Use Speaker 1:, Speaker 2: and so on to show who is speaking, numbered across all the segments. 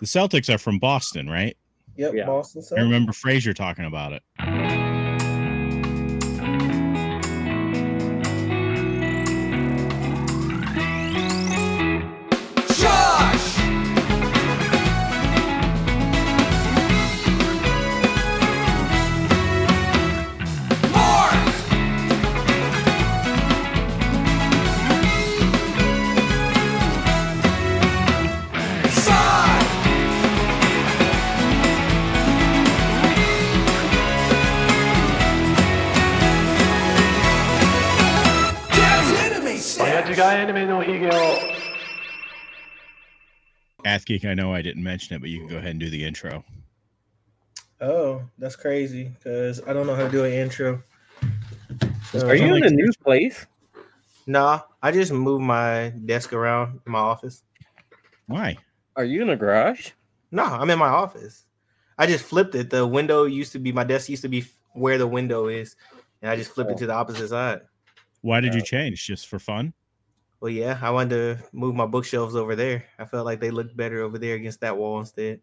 Speaker 1: The Celtics are from Boston, right?
Speaker 2: Yep,
Speaker 3: Yeah.
Speaker 2: Boston
Speaker 1: I
Speaker 2: Celtics.
Speaker 1: remember Frazier talking about it.
Speaker 4: 親父がエルメのひげを
Speaker 1: Athgeek, I know I didn't mention it, but you can go ahead and do the intro.
Speaker 2: Oh, that's crazy because I don't know how to do an intro. Uh, So-
Speaker 3: Are you in a new place?
Speaker 2: Nah, I just moved my desk around in my office.
Speaker 1: Why?
Speaker 3: Are you in a garage?
Speaker 2: Nah, I'm in my office. I just flipped it. The window used to be my desk used to be where the window is, and I just flipped it to the opposite side.
Speaker 1: Why did you change? Just for fun?
Speaker 2: Well, yeah, I wanted to move my bookshelves over there. I felt like they looked better over there against that wall instead.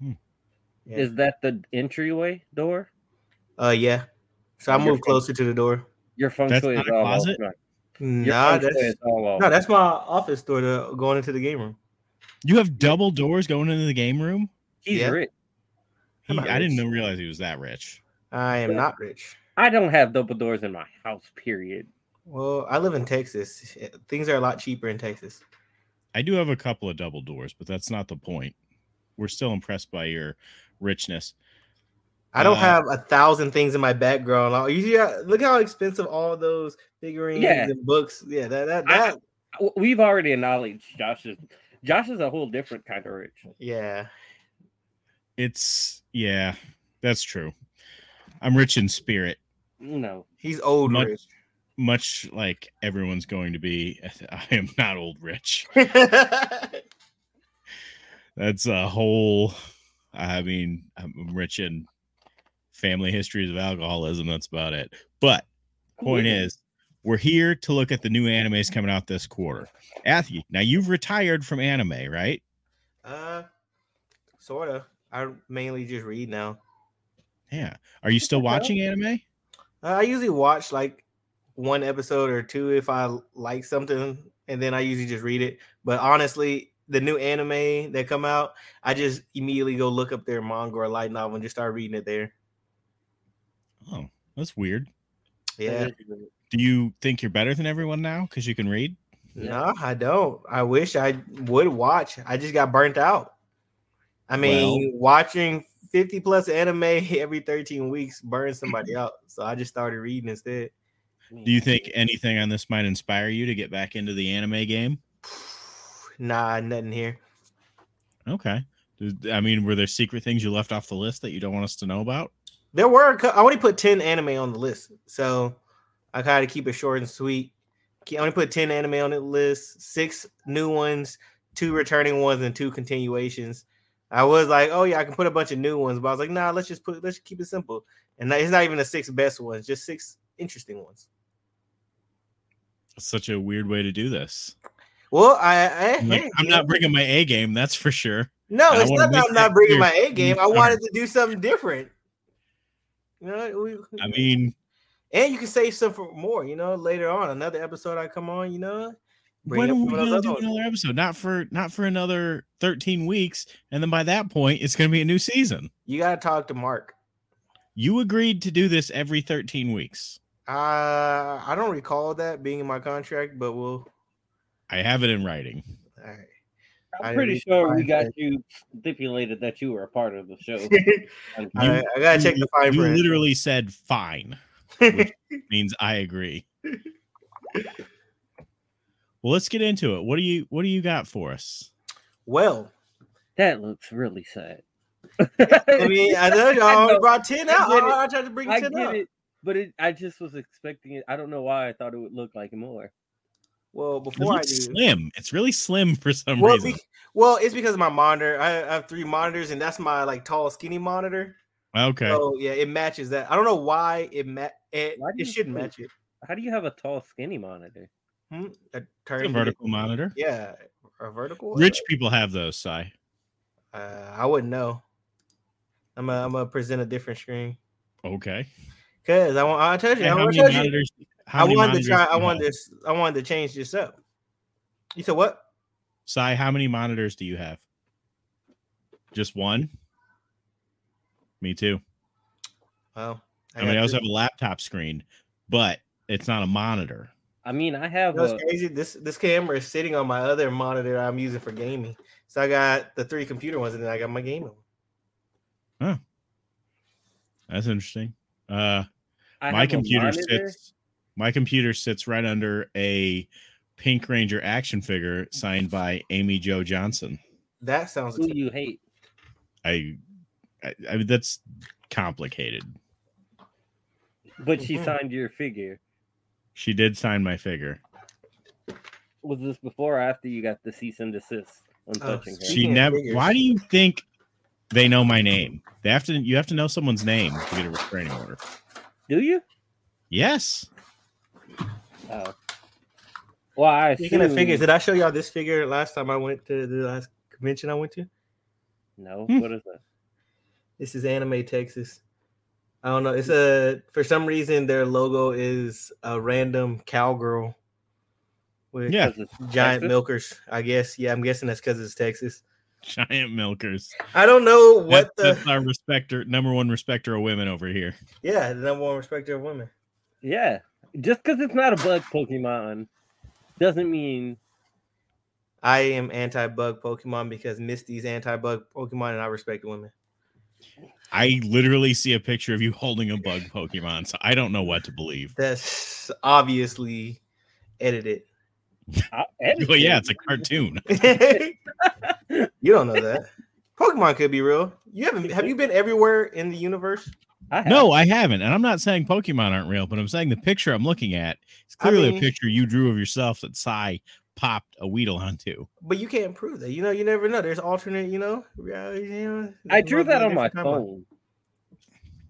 Speaker 1: Hmm.
Speaker 2: Yeah.
Speaker 3: Is that the entryway door?
Speaker 2: uh, yeah. So I
Speaker 3: Your
Speaker 2: moved closer to the door.
Speaker 3: Your feng
Speaker 1: That's
Speaker 3: shui
Speaker 1: not
Speaker 3: is
Speaker 1: a
Speaker 3: all off.
Speaker 1: closet?
Speaker 3: No, Your
Speaker 2: Nah,
Speaker 3: feng shui
Speaker 2: that's
Speaker 3: is all off.
Speaker 2: no, that's my office door to going into the game room.
Speaker 1: You have double doors going into the game room?
Speaker 3: He's
Speaker 2: yeah.
Speaker 3: rich.
Speaker 1: He,
Speaker 2: I'm not
Speaker 1: I didn't
Speaker 2: rich.
Speaker 1: know- realize he was that rich.
Speaker 2: I am
Speaker 3: Yeah.
Speaker 2: not rich.
Speaker 3: I don't have double doors in my house. Period.
Speaker 2: Well, I live in Texas. Eh, Things are a lot cheaper in Texas.
Speaker 1: I do have a couple of double doors, but that's not the point. We're still impressed by your richness.
Speaker 2: I don't
Speaker 1: Uh,
Speaker 2: have a thousand things in my background. Oh, You see, how- look how expensive all those figurines
Speaker 3: Yeah.
Speaker 2: and books. Yeah, that that,
Speaker 3: I-
Speaker 2: that
Speaker 3: W- We've already acknowledged Josh's. Josh is a whole different kind of rich.
Speaker 2: yeah.
Speaker 1: It's yeah, that's true. I'm rich in spirit,
Speaker 3: No,
Speaker 2: He's old
Speaker 1: Much-
Speaker 2: rich.
Speaker 1: much like everyone's going to be. I am not old rich. That's a whole. I mean, I'm rich in family histories of alcoholism. That's about it. But point is, we're here to look at the new animes coming out this quarter. Athy, now you've retired from anime, right?
Speaker 2: uh, sorta. I mainly just read now.
Speaker 1: Yeah. Are you still watching anime?
Speaker 2: Uh, I usually watch like one episode or two if I l- like something, and then I usually just read it. But honestly, the new anime that come out, I just immediately go look up their manga or light novel and just start reading it there.
Speaker 1: Oh, that's weird.
Speaker 2: Yeah.
Speaker 1: Do you think you're better than everyone now because you can read?
Speaker 2: No, I don't. I wish I would watch. I just got burnt out. I mean, watching 50 plus anime every 13 weeks burns somebody out. So I just started reading instead.
Speaker 1: Do you think anything on this might inspire you to get back into the anime game?
Speaker 2: Nah, nothing here.
Speaker 1: Okay. Did- I mean, were there secret things you left off the list that you don't want us to know about?
Speaker 2: There were, a cou- I only put 10 anime on the list. So I kind of keep it short and sweet. Ke- I only put 10 anime on the list, six new ones, two returning ones, and two continuations. I was like, oh yeah, I can put a bunch of new ones, but I was like, nah, let's just put, let's keep it simple. And that- it's not even the six best ones, just six interesting ones.
Speaker 1: That's such a weird way to do this.
Speaker 2: Well, I, I
Speaker 1: I'm, like,
Speaker 2: hey,
Speaker 1: I'm not bringing my A game, that's for sure.
Speaker 2: No,
Speaker 1: I
Speaker 2: it's
Speaker 1: wanna
Speaker 2: not that
Speaker 1: make
Speaker 2: I'm
Speaker 1: that
Speaker 2: not bringing
Speaker 1: clear
Speaker 2: my A
Speaker 1: from the
Speaker 2: game. I
Speaker 1: start.
Speaker 2: wanted to do something different. You know, we,
Speaker 1: I mean,
Speaker 2: and you can save some for more. You know, later on, another episode I come on. You know,
Speaker 1: when
Speaker 2: up
Speaker 1: are we
Speaker 2: some of those
Speaker 1: gonna
Speaker 2: other
Speaker 1: do
Speaker 2: ones.
Speaker 1: another episode? Not for not for another 13 weeks, and then by that point, it's gonna be a new season.
Speaker 2: You gotta talk to Mark.
Speaker 1: You agreed to do this every 13 weeks.
Speaker 2: Uh, I don't recall that being in my contract, but we'll.
Speaker 1: I have it in writing.
Speaker 2: All right. I
Speaker 3: I'm pretty
Speaker 2: didn't
Speaker 3: sure we
Speaker 2: find
Speaker 3: got
Speaker 2: it.
Speaker 3: you stipulated that you were a part of the show.
Speaker 2: All right, I gotta check the fine
Speaker 1: You
Speaker 2: print.
Speaker 1: literally said fine, which means I agree. Well, let's get into it. What do you what do you got for us?
Speaker 2: Well,
Speaker 3: that looks really sad.
Speaker 2: I mean, I know y'all
Speaker 3: I know.
Speaker 2: only brought ten out.
Speaker 3: I get it.
Speaker 2: I, I tried to bring
Speaker 3: I
Speaker 2: ten
Speaker 3: get
Speaker 2: up.
Speaker 3: it, but it, I just was expecting it. I don't know why I thought it would look like more.
Speaker 2: Well,
Speaker 1: It
Speaker 2: before I
Speaker 1: looks
Speaker 2: do,
Speaker 1: slim. It's really slim for some
Speaker 2: well,
Speaker 1: reason.
Speaker 2: be- well, it's because of my monitor. I I have three monitors, and that's my like tall, skinny monitor.
Speaker 1: Okay.
Speaker 2: So yeah, it matches that. I don't know why it ma- it,
Speaker 3: Why do
Speaker 2: it
Speaker 3: you
Speaker 2: should
Speaker 3: think-
Speaker 2: match it.
Speaker 3: How do you have a tall, skinny monitor?
Speaker 2: Hmm? A
Speaker 1: It's a
Speaker 2: turn-
Speaker 1: vertical monitor.
Speaker 2: Yeah, a vertical.
Speaker 1: Rich people have those, Cy.
Speaker 2: Uh, I wouldn't know. I'm gonna I'm gonna present a different screen
Speaker 1: Okay.
Speaker 2: because I want. I told you.
Speaker 1: Hey,
Speaker 2: I,
Speaker 1: how
Speaker 2: wanna
Speaker 1: many
Speaker 2: tell you.
Speaker 1: monitors- how
Speaker 2: I
Speaker 1: many
Speaker 2: wanted to
Speaker 1: monitors
Speaker 2: try.
Speaker 1: do
Speaker 2: I
Speaker 1: you
Speaker 2: wanted
Speaker 1: have?
Speaker 2: this. I wanted to change this up. You said what?
Speaker 1: Sai, how many monitors do you have? Just one? Me too.
Speaker 2: Well,
Speaker 1: I, mean,
Speaker 2: got
Speaker 1: I also
Speaker 2: this.
Speaker 1: have a laptop screen, but it's not a monitor.
Speaker 3: I mean, I have
Speaker 2: You know
Speaker 3: a,
Speaker 2: what's crazy. This this camera is sitting on my other monitor I'm using for gaming. So I got the three computer ones, and then I got my gaming. one.
Speaker 1: That's interesting. Uh
Speaker 3: I
Speaker 1: my
Speaker 3: have a
Speaker 1: computer
Speaker 3: monitor.
Speaker 1: sits my computer sits right under a Pink Ranger action figure signed by Amy Joe Johnson.
Speaker 2: That sounds.
Speaker 3: Who you hate?
Speaker 1: I I, I mean that's complicated.
Speaker 3: But she
Speaker 2: Mhm.
Speaker 3: signed your figure.
Speaker 1: She did sign my figure.
Speaker 3: Was this before or after you got the cease and desist on
Speaker 2: Oh,
Speaker 3: touching her?
Speaker 1: She
Speaker 2: Speaking of
Speaker 1: never
Speaker 2: figures-
Speaker 1: why do you think they know my name? They have to you have to know someone's name to get a restraining order.
Speaker 3: Do you?
Speaker 1: Yes.
Speaker 3: Oh. Well, I
Speaker 2: Speaking of
Speaker 3: assume-
Speaker 2: figures, did I show y'all this figure last time I went to the last convention I went to?
Speaker 3: No,
Speaker 1: Hmm.
Speaker 3: what is that?
Speaker 2: This is Anime Texas. I don't know. It's a for some reason their logo is a random cowgirl with
Speaker 1: Yeah.
Speaker 3: 'Cause it's
Speaker 2: giant
Speaker 3: Texas?
Speaker 2: milkers. I guess. Yeah, I'm guessing that's because it's Texas.
Speaker 1: Giant milkers.
Speaker 2: I don't know what
Speaker 1: What
Speaker 2: the
Speaker 1: that's our respecter number one respecter of women over here.
Speaker 2: yeah the number one respecter of women.
Speaker 3: Yeah. Just because it's not a bug Pokemon doesn't mean
Speaker 2: I am anti bug Pokemon because Misty's anti bug Pokemon and I respect women.
Speaker 1: I literally see a picture of you holding a bug Pokemon, so I don't know what to believe.
Speaker 2: That's obviously edited.
Speaker 3: I
Speaker 1: Well, yeah, it's a cartoon.
Speaker 2: you don't know that. Pokemon could be real. You haven't have you been everywhere in the universe?
Speaker 3: I have-
Speaker 1: No, I haven't. And I'm not saying Pokemon aren't real, but I'm saying the picture I'm looking at is
Speaker 2: I
Speaker 1: clearly
Speaker 2: mean-
Speaker 1: a picture you drew of yourself that Psy popped a Weedle onto.
Speaker 2: But you can't prove that. You know, you never know. There's alternate, you know, reality. You know,
Speaker 3: I drew that on my
Speaker 2: different timeline.
Speaker 3: phone.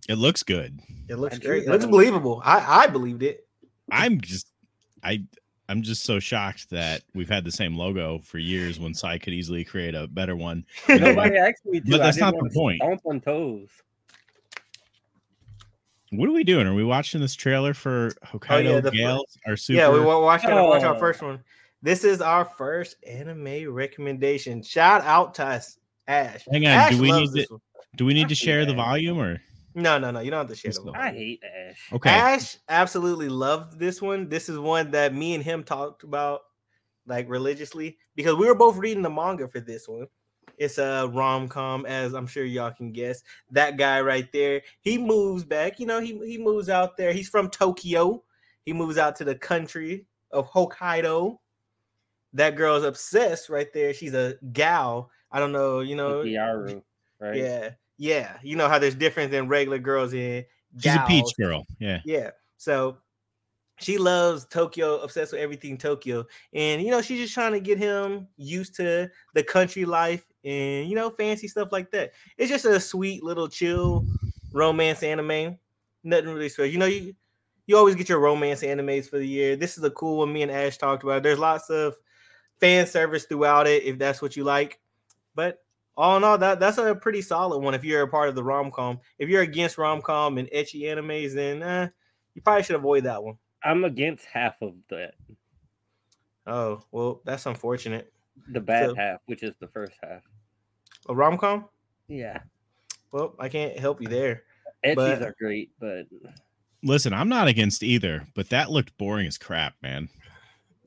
Speaker 1: It looks good.
Speaker 2: It looks
Speaker 3: I drew
Speaker 2: great. It
Speaker 3: that
Speaker 2: looks
Speaker 3: on-
Speaker 2: believable. I I believed it.
Speaker 1: I'm just I I'm just so shocked that we've had the same logo for years when Psy could easily create a better one.
Speaker 3: Nobody asked me to.
Speaker 1: But
Speaker 3: I
Speaker 1: that's
Speaker 3: didn't
Speaker 1: not the
Speaker 3: wanna
Speaker 1: point.
Speaker 3: Stomp on toes.
Speaker 1: What are we doing? Are we watching this trailer for Hokkaido
Speaker 2: Oh, yeah, the fir-
Speaker 1: Gales? Our super
Speaker 2: Yeah, we wa- watched gotta watch our
Speaker 3: Oh.
Speaker 2: first one. This is our first anime recommendation. Shout out to us, Ash.
Speaker 1: Hang on,
Speaker 2: Ash
Speaker 1: do we
Speaker 2: loves
Speaker 1: need
Speaker 2: this
Speaker 1: to-
Speaker 2: one.
Speaker 1: do we need to
Speaker 3: Fucking
Speaker 1: share the
Speaker 3: ass.
Speaker 1: volume or
Speaker 2: No, no, no. You don't have to share
Speaker 1: Just
Speaker 2: the
Speaker 1: go.
Speaker 2: one.
Speaker 3: I hate Ash.
Speaker 1: okay?
Speaker 2: Ash absolutely loved this one. This is one that me and him talked about like religiously because we were both reading the manga for this one. It's a rom com, as I'm sure y'all can guess. That guy right there, he moves back. You know, he he moves out there. He's from Tokyo. He moves out to the country of Hokkaido. That girl's obsessed right there. She's a gal. I don't know. You know,
Speaker 3: With Yaru, right?
Speaker 2: yeah, yeah. You know how there's difference than regular girls in
Speaker 1: She's a peach
Speaker 2: gals.
Speaker 1: girl. Yeah.
Speaker 2: Yeah. So she loves Tokyo, obsessed with everything Tokyo. And you know, she's just trying to get him used to the country life and you know, fancy stuff like that. It's just a sweet little chill romance anime. Nothing really special. You know, you you always get your romance animes for the year. This is a cool one me and Ash talked about. There's lots of fan service throughout it if that's what you like. But all in all, that that's a pretty solid one if you're a part of the rom com. If you're against rom com and etchy animes, then eh, you probably should avoid that one.
Speaker 3: I'm against half of that,
Speaker 2: Oh well, that's unfortunate.
Speaker 3: the bad
Speaker 2: So-
Speaker 3: half, which is the first half.
Speaker 2: A rom com?
Speaker 3: Yeah.
Speaker 2: Well, I can't help you there.
Speaker 3: Etchies
Speaker 2: But-
Speaker 3: are great, but
Speaker 1: Listen, I'm not against either, but that looked boring as crap, man.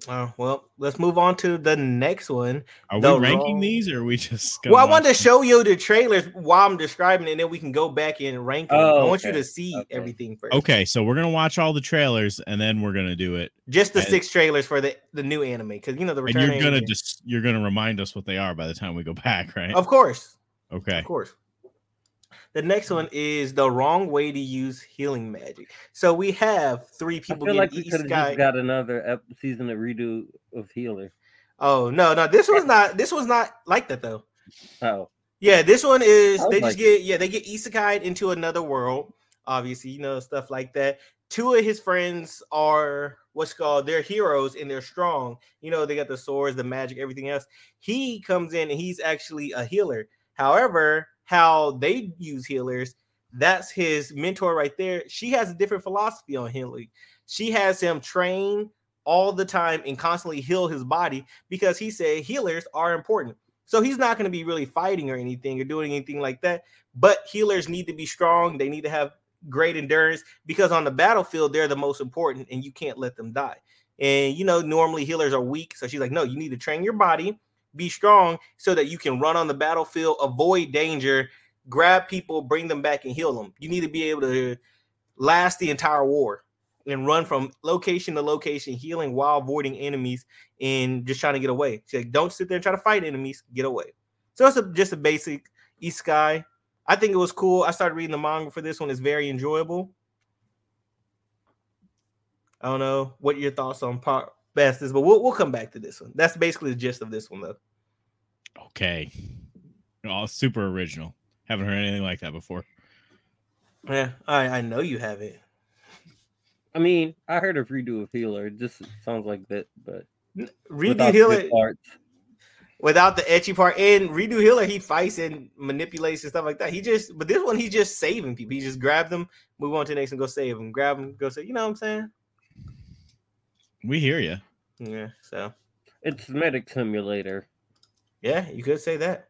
Speaker 2: Oh well, let's move on to the next one.
Speaker 1: Are
Speaker 2: The
Speaker 1: we ranking
Speaker 2: wrong-
Speaker 1: these or are we just
Speaker 2: well, I
Speaker 1: want
Speaker 2: wanted to show you the trailers while I'm describing it, and then we can go back and rank them. I
Speaker 3: Oh,
Speaker 2: want you
Speaker 3: okay.
Speaker 2: to see
Speaker 3: Okay.
Speaker 2: everything first.
Speaker 1: Okay, so we're gonna watch all the trailers and then we're gonna do it.
Speaker 2: Just the
Speaker 1: And-
Speaker 2: six trailers for the, the new anime, because you know the
Speaker 1: And
Speaker 2: return.
Speaker 1: you're gonna
Speaker 2: anime.
Speaker 1: just you're gonna remind us what they are by the time we go back, right?
Speaker 2: of course.
Speaker 1: Okay.
Speaker 2: Of course. The next one is the wrong way to use healing magic. So we have three
Speaker 3: I
Speaker 2: people
Speaker 3: feel
Speaker 2: getting
Speaker 3: like we
Speaker 2: each
Speaker 3: could have
Speaker 2: guy.
Speaker 3: just got another ep- season of redo of Healer.
Speaker 2: oh no, no, this was not. This was not like that though.
Speaker 3: Oh,
Speaker 2: Yeah, this one is
Speaker 3: I would
Speaker 2: they just
Speaker 3: like
Speaker 2: get yeah they get isekai into another world. Obviously, you know stuff like that. Two of his friends are what's called they're heroes and they're strong. You know they got the swords, the magic, everything else. He comes in and he's actually a healer. However, how they use healers, that's his mentor right there. She has a different philosophy on healing. She has him train all the time and constantly heal his body because he said healers are important. So he's not going to be really fighting or anything or doing anything like that. But healers need to be strong. They need to have great endurance because on the battlefield they're the most important and you can't let them die. And you know, normally healers are weak. So she's like, no, you need to train your body, be strong so that you can run on the battlefield, avoid danger, grab people, bring them back and heal them. You need to be able to last the entire war and run from location to location, healing while avoiding enemies and just trying to get away. She's like, don't sit there and try to fight enemies, get away. So it's a, just a basic East Sky. I think it was cool. I started reading the manga for this one. It's very enjoyable. I don't know what your thoughts on part best is, but we'll we'll come back to this one. That's basically the gist of this one, though.
Speaker 1: Okay. All super original. Haven't heard anything like that before.
Speaker 2: Yeah, I I know you have it.
Speaker 3: I mean, I heard of redo of healer. It just sounds like that, but
Speaker 2: Redo
Speaker 3: without
Speaker 2: Healer
Speaker 3: good parts.
Speaker 2: without the etchy part, and Redo Healer he fights and manipulates and stuff like that. He just, but this one he's just saving people. He just grab them, move on to the next, and go save them. Grab them, go save. You know what I'm saying?
Speaker 1: We hear you.
Speaker 2: Yeah. So
Speaker 3: It's medic simulator.
Speaker 2: yeah, you could say that.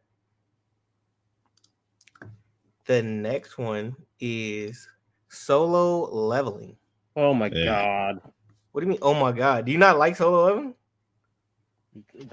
Speaker 2: The next one is solo leveling.
Speaker 3: Oh my
Speaker 1: Yeah.
Speaker 3: god!
Speaker 2: What do you mean? Oh my god! Do you not like solo leveling?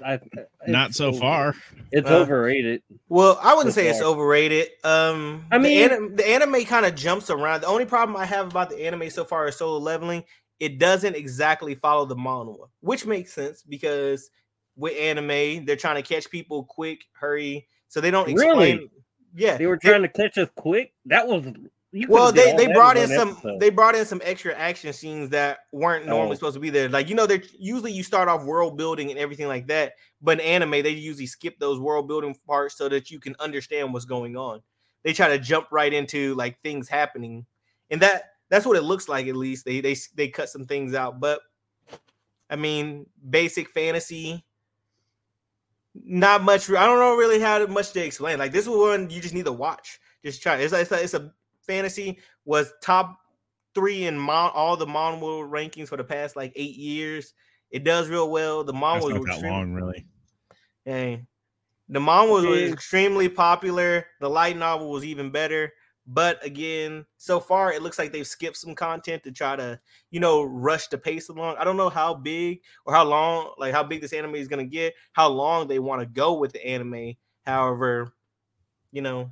Speaker 3: I,
Speaker 1: Not
Speaker 3: it's
Speaker 1: so
Speaker 3: over-
Speaker 1: far.
Speaker 3: It's
Speaker 2: Uh,
Speaker 3: overrated.
Speaker 2: Well, I wouldn't
Speaker 3: So
Speaker 2: say it's
Speaker 3: far.
Speaker 2: overrated. Um,
Speaker 3: I
Speaker 2: the
Speaker 3: mean-
Speaker 2: anim- the anime kind of jumps around. The only problem I have about the anime so far is solo leveling. It doesn't exactly follow the manga, which makes sense because with anime they're trying to catch people quick, hurry, so they don't explain.
Speaker 3: Really?
Speaker 2: Yeah,
Speaker 3: They were trying to catch us quick. That was you could've
Speaker 2: well,
Speaker 3: did
Speaker 2: they,
Speaker 3: all
Speaker 2: they
Speaker 3: that
Speaker 2: brought in
Speaker 3: one
Speaker 2: some
Speaker 3: episode.
Speaker 2: they brought in some extra action scenes that weren't normally
Speaker 3: Oh.
Speaker 2: supposed to be there. Like you know, they usually you start off world building and everything like that, but in anime they usually skip those world building parts so that you can understand what's going on. They try to jump right into like things happening, and that that's what it looks like. At least they they they cut some things out, but I mean, basic fantasy. Not much. I don't know really how to- much to explain. Like this is one you just need to watch. Just try. It's like, it's, like, it's a fantasy was top three in mon- all the Monwell rankings for the past like eight years. It does real well. The
Speaker 1: That's
Speaker 2: Monwell
Speaker 1: not
Speaker 2: was
Speaker 1: that
Speaker 2: extremely-
Speaker 1: long, really.
Speaker 2: Dang. The manga was, was
Speaker 3: Yeah.
Speaker 2: extremely popular. The light novel was even better. But again, so far it looks like they've skipped some content to try to, you know, rush the pace along. I don't know how big or how long, like how big this anime is gonna get, how long they want to go with the anime. However, you know,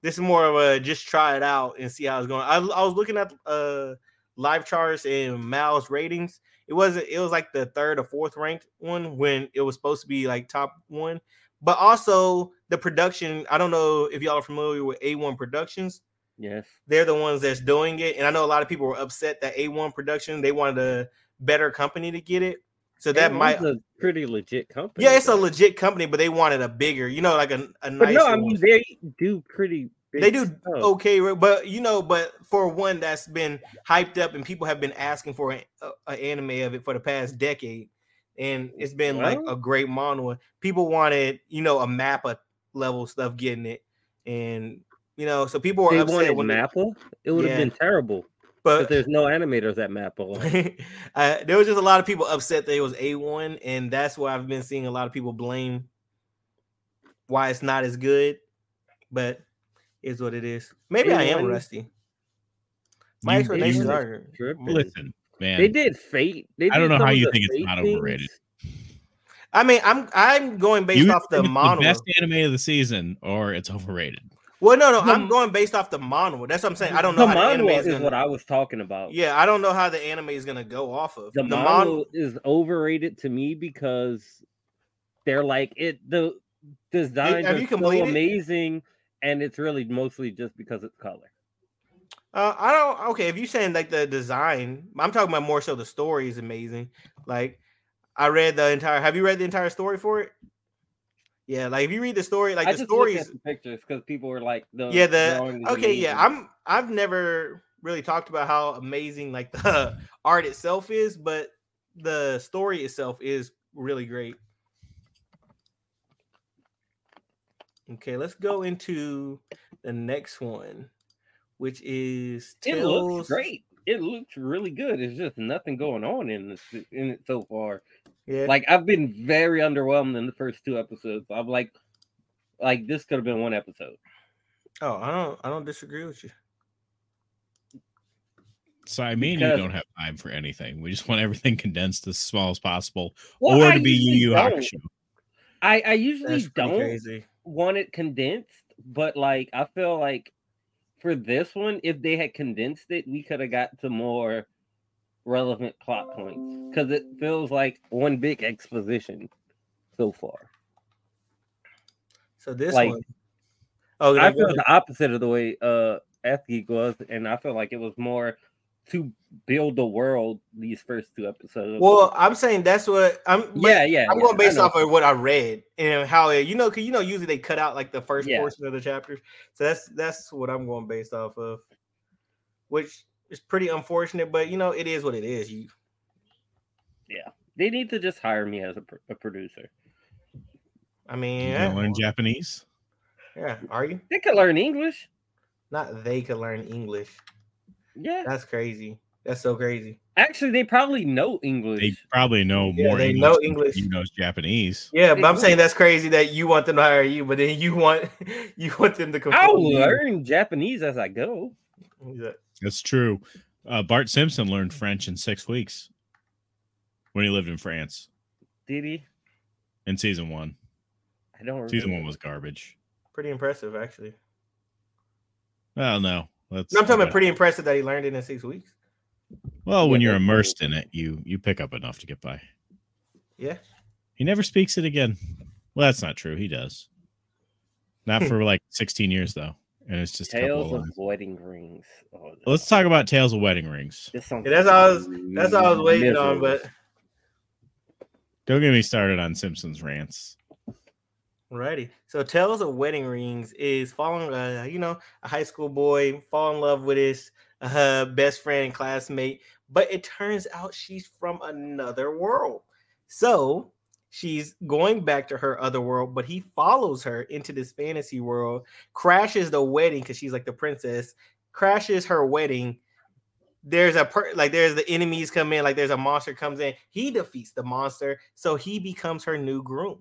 Speaker 2: this is more of a just try it out and see how it's going. I, I was looking at uh live charts and Mal's ratings. It wasn't. It was like the third or fourth ranked one when it was supposed to be like top one. But also the production. I don't know if y'all are familiar with A1 Productions.
Speaker 3: yes.
Speaker 2: They're the ones that's doing it, and I know a lot of people were upset that A1 Production they wanted a better company to get it. So that
Speaker 3: It
Speaker 2: might.
Speaker 3: was a pretty legit company.
Speaker 2: Yeah, it's a
Speaker 3: though.
Speaker 2: legit company, but they wanted a bigger. You know, like a a
Speaker 3: But
Speaker 2: nice.
Speaker 3: no, I mean they do pretty. big
Speaker 2: they do oh,
Speaker 3: stuff.
Speaker 2: okay, re- but you know, but for one that's been hyped up and people have been asking for an a, a anime of it for the past decade, and it's been like
Speaker 3: Well.
Speaker 2: a great manga. People wanted, you know, a mappa level stuff getting it, and you know, so people were
Speaker 3: They
Speaker 2: upset
Speaker 3: wanted
Speaker 2: when
Speaker 3: Mapple. It would have
Speaker 2: Yeah.
Speaker 3: been terrible. But
Speaker 2: but
Speaker 3: there's no animators at Mapple.
Speaker 2: uh, there was just a lot of people upset that it was A1, and that's why I've been seeing a lot of people blame why it's not as good, but is what it is. Maybe I am
Speaker 3: A1
Speaker 2: rusty. My
Speaker 1: You-
Speaker 2: explanations
Speaker 1: you-
Speaker 2: are
Speaker 3: Tripping.
Speaker 1: listen, man.
Speaker 3: They did fate. They
Speaker 1: I don't
Speaker 3: did
Speaker 1: know how
Speaker 3: some of
Speaker 1: you
Speaker 3: the
Speaker 1: think it's
Speaker 3: Fate
Speaker 1: not
Speaker 3: things.
Speaker 1: overrated.
Speaker 2: I mean, I'm I'm going based
Speaker 1: You
Speaker 2: off the
Speaker 1: think it's
Speaker 2: mono.
Speaker 1: best anime of the season, or it's overrated.
Speaker 2: well, no, no,
Speaker 3: The-
Speaker 2: I'm going based off the mono. That's what I'm saying. I don't know
Speaker 3: The
Speaker 2: how the anime
Speaker 3: manhwa
Speaker 2: is
Speaker 3: is
Speaker 2: gonna-
Speaker 3: what I was talking about.
Speaker 2: yeah, I don't know how the anime is gonna go off of
Speaker 3: the,
Speaker 2: mon-
Speaker 3: model is overrated to me because they're like it the design
Speaker 2: have
Speaker 3: is
Speaker 2: you
Speaker 3: so
Speaker 2: completed?
Speaker 3: amazing and it's really mostly just because it's color
Speaker 2: Uh, I don't. Okay, if you're saying like the design, I'm talking about more so the story is amazing. Like, I read the entire. Have you read the entire story for it? Yeah, like if you read the story, like
Speaker 3: i
Speaker 2: the
Speaker 3: just
Speaker 2: story
Speaker 3: looked
Speaker 2: is
Speaker 3: at the pictures because people were like the
Speaker 2: yeah the
Speaker 3: drawing is
Speaker 2: okay yeah
Speaker 3: amazing.
Speaker 2: i'm i've never really talked about how amazing like the art itself is but the story itself is really great Okay, let's go into the next one, which is
Speaker 3: It
Speaker 2: Tales-
Speaker 3: looks great. It looks really good. It's just nothing going on in this in it so far.
Speaker 2: Yeah,
Speaker 3: Like I've been very underwhelmed in the first two episodes. I'm like, like this could have been one episode.
Speaker 2: oh, I don't, I don't disagree with you.
Speaker 1: So I mean, you
Speaker 3: Because-
Speaker 1: don't have time for anything. We just want everything condensed as small as possible,
Speaker 3: Well,
Speaker 1: or
Speaker 3: I
Speaker 1: to be Yu
Speaker 3: usually
Speaker 1: Yu
Speaker 3: don't.
Speaker 1: Hakusho.
Speaker 3: I I usually
Speaker 2: That's pretty
Speaker 3: don't
Speaker 2: crazy.
Speaker 3: want it condensed, but like I feel like for this one, if they had condensed it, we could have got to more relevant plot points because it feels like one big exposition so far.
Speaker 2: So this
Speaker 3: like-
Speaker 2: one, oh,
Speaker 3: I
Speaker 2: no, go
Speaker 3: feel
Speaker 2: ahead.
Speaker 3: the opposite of the way uh F Geek was, and I feel like it was more to build the world these first two episodes.
Speaker 2: well, I'm saying that's what I'm. but
Speaker 3: yeah, yeah,
Speaker 2: I'm
Speaker 3: yeah,
Speaker 2: going
Speaker 3: I
Speaker 2: based
Speaker 3: know.
Speaker 2: off of what I read and how it, you know, cause you know, usually they cut out like the first
Speaker 3: Yeah.
Speaker 2: portion of the chapters. So that's that's what I'm going based off of, which is pretty unfortunate, but you know, it is what it is. You
Speaker 3: they need to just hire me as a, pr- a producer.
Speaker 2: I mean,
Speaker 1: You
Speaker 2: yeah,
Speaker 1: gonna learn Japanese?
Speaker 2: yeah, are you?
Speaker 3: They could learn English.
Speaker 2: Not they could learn English.
Speaker 3: Yeah,
Speaker 2: That's crazy. That's so crazy.
Speaker 3: actually, they probably know English.
Speaker 1: They probably know
Speaker 2: Yeah,
Speaker 1: more
Speaker 2: they
Speaker 1: English
Speaker 2: know
Speaker 1: than
Speaker 2: English.
Speaker 1: You know Japanese.
Speaker 2: Yeah, but I'm
Speaker 3: Exactly.
Speaker 2: saying that's crazy that you want them to hire you, but then you want you want them to conform.
Speaker 3: I'll
Speaker 2: to you.
Speaker 3: learn Japanese as I go.
Speaker 2: Yeah.
Speaker 1: That's true. Uh, Bart Simpson learned French in six weeks when he lived in France
Speaker 3: Did he?
Speaker 1: in season one.
Speaker 3: I don't remember.
Speaker 1: Season one was garbage.
Speaker 2: Pretty impressive, actually.
Speaker 1: Well, no, that's.
Speaker 2: No, I'm talking about pretty impressive that he learned it in six weeks.
Speaker 1: Well, when
Speaker 3: Yeah,
Speaker 1: you're
Speaker 3: that's
Speaker 1: immersed in it, you you pick up enough to get by.
Speaker 2: Yeah.
Speaker 1: He never speaks it again. Well, that's not true. He does. Not for like 16 years though, and it's just a couple of
Speaker 3: Tales of
Speaker 1: lines.
Speaker 3: Wedding Rings. Oh, no.
Speaker 1: Let's talk about Tales of Wedding Rings.
Speaker 3: This sounds
Speaker 2: Yeah, that's all I was- That's all I was waiting on,
Speaker 3: miserable.
Speaker 2: but
Speaker 1: Don't get me started on Simpsons rants.
Speaker 2: Alrighty. So Tales of Wedding Rings is following uh, you know, a high school boy fall in love with his uh, best friend and classmate, but it turns out she's from another world. So she's going back to her other world, but he follows her into this fantasy world, crashes the wedding because she's like the princess, crashes her wedding. There's a per- like there's the enemies come in, like there's a monster comes in. He defeats the monster, so he becomes her new groom.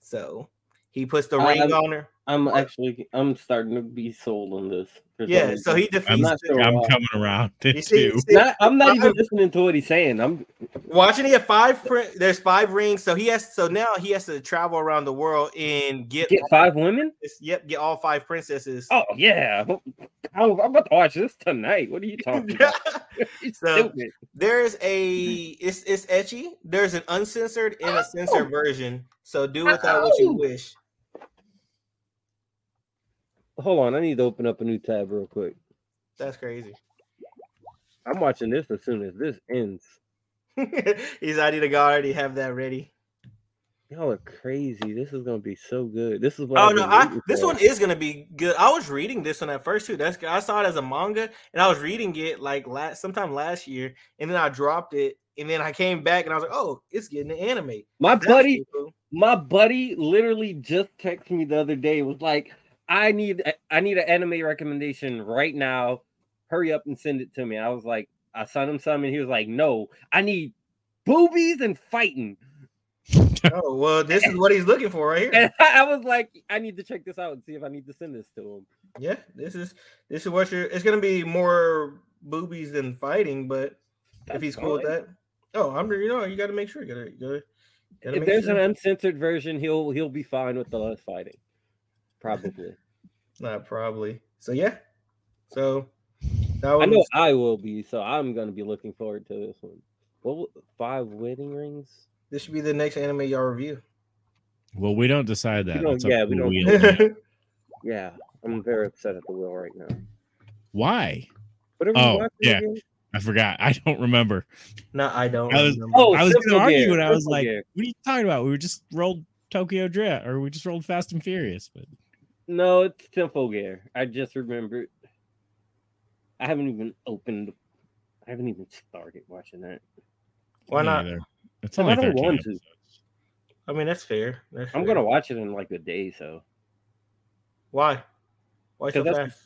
Speaker 2: So he puts the ring
Speaker 3: Um,
Speaker 2: on her.
Speaker 3: I'm actually I'm starting to be sold on this. for some
Speaker 2: Yeah,
Speaker 3: reason.
Speaker 2: so he defeats.
Speaker 1: I'm
Speaker 3: not
Speaker 2: the-
Speaker 3: sure
Speaker 1: I'm
Speaker 3: why.
Speaker 1: coming around
Speaker 2: Oh, you
Speaker 1: it
Speaker 2: see,
Speaker 1: too.
Speaker 2: see-
Speaker 3: Not- I'm not even
Speaker 2: I'm-
Speaker 3: listening to what he's saying. I'm
Speaker 2: Watching he had five. fri- There's five rings, so he has. So now he has to travel around the world and get.
Speaker 3: get five women.
Speaker 2: Yep, get all five princesses.
Speaker 3: Oh yeah, I'm I'm about to watch this tonight. What are you talking about? It's
Speaker 2: So-
Speaker 3: stupid.
Speaker 2: there's a. It's it's etchy. There's an uncensored and a censored
Speaker 3: Ow.
Speaker 2: version. So do with that what you
Speaker 3: Ow.
Speaker 2: wish.
Speaker 3: Hold on, I need to open up a new tab real quick.
Speaker 2: That's crazy.
Speaker 3: I'm watching this as soon as this ends.
Speaker 2: He's I need to go I already have that ready.
Speaker 3: Y'all are crazy. This is gonna be so good. This is what
Speaker 2: Oh
Speaker 3: I've
Speaker 2: no,
Speaker 3: been
Speaker 2: I,
Speaker 3: waiting
Speaker 2: this
Speaker 3: for.
Speaker 2: one is gonna be good. I was reading this one at first too. That's I saw it as a manga, and I was reading it like last sometime last year, and then I dropped it, and then I came back and I was like, oh, it's getting an anime.
Speaker 3: My
Speaker 2: That's
Speaker 3: buddy,
Speaker 2: cool.
Speaker 3: my buddy, literally just texted me the other day. Was like, I need, I need an anime recommendation right now. Hurry up and send it to me. I was like, I sent him some, and he was like, No, I need boobies and fighting.
Speaker 2: Oh well, this is what he's looking for right here.
Speaker 3: And I was like, I need to check this out and see if I need to send this to him.
Speaker 2: Yeah, this is this is what you're. It's gonna be more boobies than fighting, but if
Speaker 3: That's
Speaker 2: he's cool with
Speaker 3: fine.
Speaker 2: that, oh, I'm you know you got to make sure you got to you gotta, gotta
Speaker 3: If
Speaker 2: make
Speaker 3: there's
Speaker 2: sure.
Speaker 3: an uncensored version, he'll he'll be fine with the less fighting, probably.
Speaker 2: Not probably. So yeah, so that was
Speaker 3: I know I will be, so I'm gonna be looking forward to this one. What wa- five wedding rings?
Speaker 2: this should be the next anime y'all review.
Speaker 1: Well, we don't decide that.
Speaker 3: don't-
Speaker 1: That's up
Speaker 3: yeah,
Speaker 1: to
Speaker 3: we
Speaker 1: the
Speaker 3: don't-
Speaker 1: wheel man.
Speaker 2: yeah,
Speaker 3: Yeah, I'm very upset at the wheel right now.
Speaker 1: Why?
Speaker 3: What are we
Speaker 1: Oh,
Speaker 3: watching
Speaker 1: yeah.
Speaker 3: again?
Speaker 1: I forgot. I don't remember.
Speaker 2: no, I don't.
Speaker 1: I was-
Speaker 2: remember.
Speaker 3: Oh,
Speaker 1: I was
Speaker 3: Simple
Speaker 1: gonna argue,
Speaker 3: Gear,
Speaker 1: and I was
Speaker 3: Simple
Speaker 1: like,
Speaker 3: Gear.
Speaker 1: "What are you talking about? We were just rolled Tokyo Drift, or we just rolled Fast and Furious." But
Speaker 3: no, it's Temple Gear. I just remembered. I haven't even opened. I haven't even started watching that.
Speaker 2: Why
Speaker 1: Me
Speaker 2: not?
Speaker 1: neither. It's
Speaker 3: I
Speaker 1: only
Speaker 3: don't
Speaker 1: thirteen
Speaker 3: want to.
Speaker 1: episodes.
Speaker 2: I mean, that's fair. That's
Speaker 3: I'm
Speaker 2: fair.
Speaker 3: gonna watch it in like a day, so
Speaker 2: Why? Why so
Speaker 3: 'Cause that's-
Speaker 2: fast?